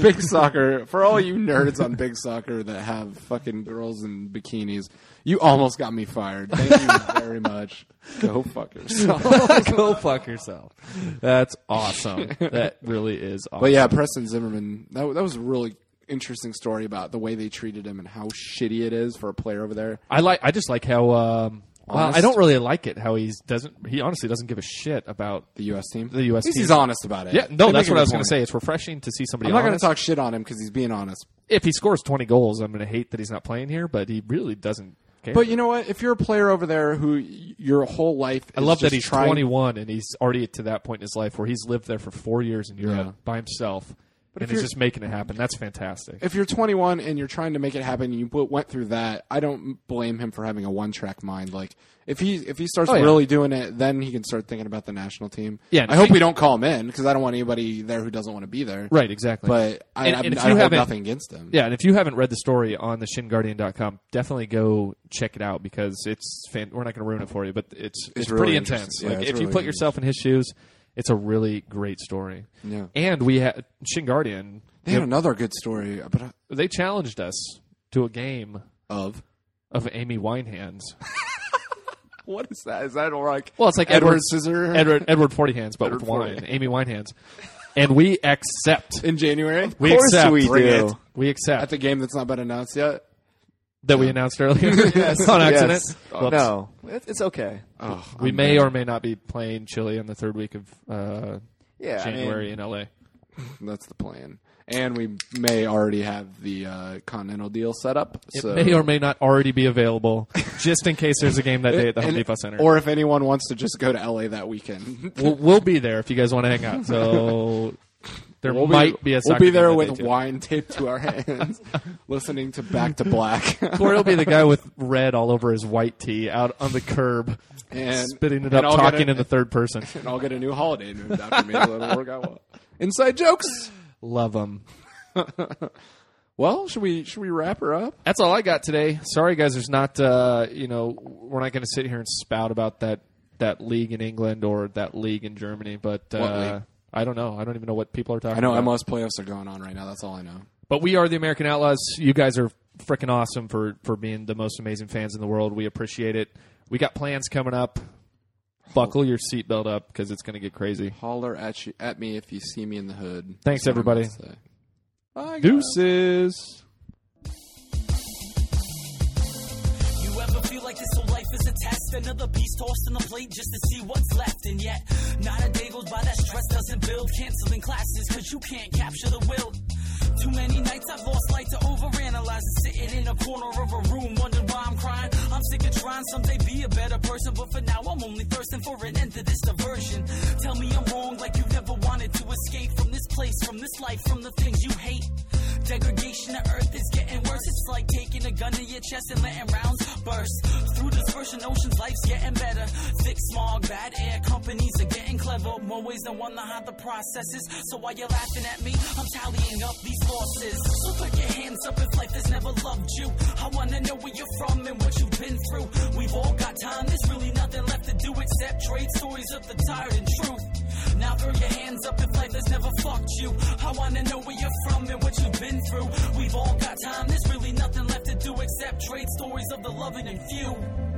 [SPEAKER 2] Big soccer for all you nerds on Big Soccer that have fucking girls in bikinis. You almost got me fired. Thank you very much. Go fuck yourself.
[SPEAKER 1] Oh, Go fuck yourself. That's awesome. That really is awesome.
[SPEAKER 2] But yeah, Preston Zimmerman. That that was a really interesting story about the way they treated him and how shitty it is for a player over there.
[SPEAKER 1] I like. I just like how. Um, well,
[SPEAKER 2] Honest.
[SPEAKER 1] I don't really like it how he doesn't. He honestly doesn't give a shit about.
[SPEAKER 2] The U.S. team.
[SPEAKER 1] The U.S.
[SPEAKER 2] At least
[SPEAKER 1] team.
[SPEAKER 2] He's honest about it.
[SPEAKER 1] Yeah, no,
[SPEAKER 2] They
[SPEAKER 1] that's
[SPEAKER 2] make
[SPEAKER 1] what
[SPEAKER 2] it a
[SPEAKER 1] I was going
[SPEAKER 2] point.
[SPEAKER 1] to say. It's refreshing to see somebody.
[SPEAKER 2] I'm not going
[SPEAKER 1] honest.
[SPEAKER 2] to talk shit on him because he's being honest.
[SPEAKER 1] If he scores twenty goals, I'm going to hate that he's not playing here. But he really doesn't care.
[SPEAKER 2] But you know what? If you're a player over there who y- your whole life,
[SPEAKER 1] I love that he's 21 and he's already to that point in his life where he's lived there for four years in Europe
[SPEAKER 2] Yeah.
[SPEAKER 1] by himself, and
[SPEAKER 2] if
[SPEAKER 1] he's
[SPEAKER 2] you're-
[SPEAKER 1] just making it happen. That's fantastic.
[SPEAKER 2] If you're 21 and you're trying to make it happen, you w- went through that. I don't blame him for having a one-track mind. Like if he if he starts
[SPEAKER 1] Oh, yeah.
[SPEAKER 2] really doing it, then he can start thinking about the national team.
[SPEAKER 1] Yeah,
[SPEAKER 2] I hope
[SPEAKER 1] he-
[SPEAKER 2] we don't call him in because I don't want anybody there who doesn't want to be there.
[SPEAKER 1] Right, exactly.
[SPEAKER 2] But I,
[SPEAKER 1] And-
[SPEAKER 2] I,
[SPEAKER 1] and if
[SPEAKER 2] I
[SPEAKER 1] you
[SPEAKER 2] hold
[SPEAKER 1] haven't-
[SPEAKER 2] nothing against him.
[SPEAKER 1] yeah, and if you haven't read the story on the shinguardian.com, definitely go check it out because it's fan- we're not going to ruin it for you, but it's it's,
[SPEAKER 2] really
[SPEAKER 1] pretty
[SPEAKER 2] interesting.
[SPEAKER 1] intense.
[SPEAKER 2] Yeah,
[SPEAKER 1] like
[SPEAKER 2] it's
[SPEAKER 1] if you
[SPEAKER 2] really
[SPEAKER 1] put yourself in his shoes, it's a really great story.
[SPEAKER 2] Yeah.
[SPEAKER 1] And we had Shin Guardian,
[SPEAKER 2] They had another good story, but I-
[SPEAKER 1] they challenged us to a game
[SPEAKER 2] of
[SPEAKER 1] of Amy Winehands.
[SPEAKER 2] what is that? Is that like
[SPEAKER 1] Well, it's like
[SPEAKER 2] Edward
[SPEAKER 1] Edward
[SPEAKER 2] Scissor
[SPEAKER 1] Edward Edward Forty Hands, but with
[SPEAKER 2] Forty.
[SPEAKER 1] wine. Amy Winehands, and we accept.
[SPEAKER 2] in January?
[SPEAKER 1] We
[SPEAKER 3] course
[SPEAKER 1] accept.
[SPEAKER 3] we
[SPEAKER 1] Bring
[SPEAKER 3] do.
[SPEAKER 1] it. We accept
[SPEAKER 2] at the game that's not been announced yet.
[SPEAKER 1] that we announced earlier on accident.
[SPEAKER 3] Yes.
[SPEAKER 1] Whoops.
[SPEAKER 3] No, It- it's okay.
[SPEAKER 2] Oh,
[SPEAKER 1] We may or may not be playing Chile in the third week of uh,
[SPEAKER 3] Yeah, I mean-
[SPEAKER 1] January in
[SPEAKER 2] That's the plan. And we may already have the uh, Continental deal set up.
[SPEAKER 1] LA.
[SPEAKER 2] so.
[SPEAKER 1] it may or may not already be available, just in case there's a game that day at the Home
[SPEAKER 2] And-
[SPEAKER 1] Depot Center.
[SPEAKER 2] Or if anyone wants to just go to LA that weekend.
[SPEAKER 1] we'll, we'll be there if you guys want to hang out. So there
[SPEAKER 2] We'll
[SPEAKER 1] might be, a
[SPEAKER 2] we'll
[SPEAKER 1] soccer
[SPEAKER 2] be there
[SPEAKER 1] game that
[SPEAKER 2] with
[SPEAKER 1] day, too.
[SPEAKER 2] wine taped to our hands, listening to Back to Black.
[SPEAKER 1] Corey will be the guy with red all over his white tee out on the curb,
[SPEAKER 2] And-
[SPEAKER 1] spitting it
[SPEAKER 2] and
[SPEAKER 1] up,
[SPEAKER 2] I'll get
[SPEAKER 1] talking
[SPEAKER 2] it-
[SPEAKER 1] in the third person.
[SPEAKER 2] and I'll get a new holiday named after me. That'll work out well. Inside jokes.
[SPEAKER 1] Love them.
[SPEAKER 2] Well, should we should we wrap her up?
[SPEAKER 1] That's all I got today. Sorry, guys. There's not. Uh, you know, we're not going to sit here and spout about that that league in England or that league in Germany. But uh,
[SPEAKER 2] league?
[SPEAKER 1] I don't know. I don't even know what people are talking.
[SPEAKER 2] I know
[SPEAKER 1] about.
[SPEAKER 2] MLS playoffs are going on right now. That's all I know.
[SPEAKER 1] But we are the American Outlaws. You guys are freaking awesome for for being the most amazing fans in the world. We appreciate it. We got plans coming up. Buckle your seatbelt up because it's going to get crazy.
[SPEAKER 2] Holler at you, at me if you see me in the hood.
[SPEAKER 1] Thanks,
[SPEAKER 2] That's what I'm
[SPEAKER 1] everybody.
[SPEAKER 2] gonna say. Bye, guys.
[SPEAKER 1] Deuces.
[SPEAKER 5] You ever ever feel like this whole life is a test? Another piece tossed on the plate just to see what's left. And yet, not a day goes by that stress doesn't build. Canceling classes because you can't capture the will. Too many nights I've lost light to overanalyze and sitting in a corner of a room wondering why I'm crying. I'm sick of trying someday be a better person, but for now I'm only thirsting for an end to this diversion. Tell me I'm wrong, like you never wanted to escape from this place, from this life, from the things you hate. Degradation of earth is getting worse. It's like taking a gun to your chest and letting rounds burst. Through dispersion, oceans, life's getting better. Thick smog, bad air, companies are getting clever. More ways than one to hide the processes. So while you're laughing at me, I'm tallying up these losses. So put your hands up if life has never loved you. I wanna know where you're from and what you've been through. We've all got time, there's really nothing left to do except trade stories of the tired and truth. Now throw your hands up if life has never fucked you. I wanna know where you're from and what you've been through. We've all got time, there's really nothing left to do except trade stories of the loving and few.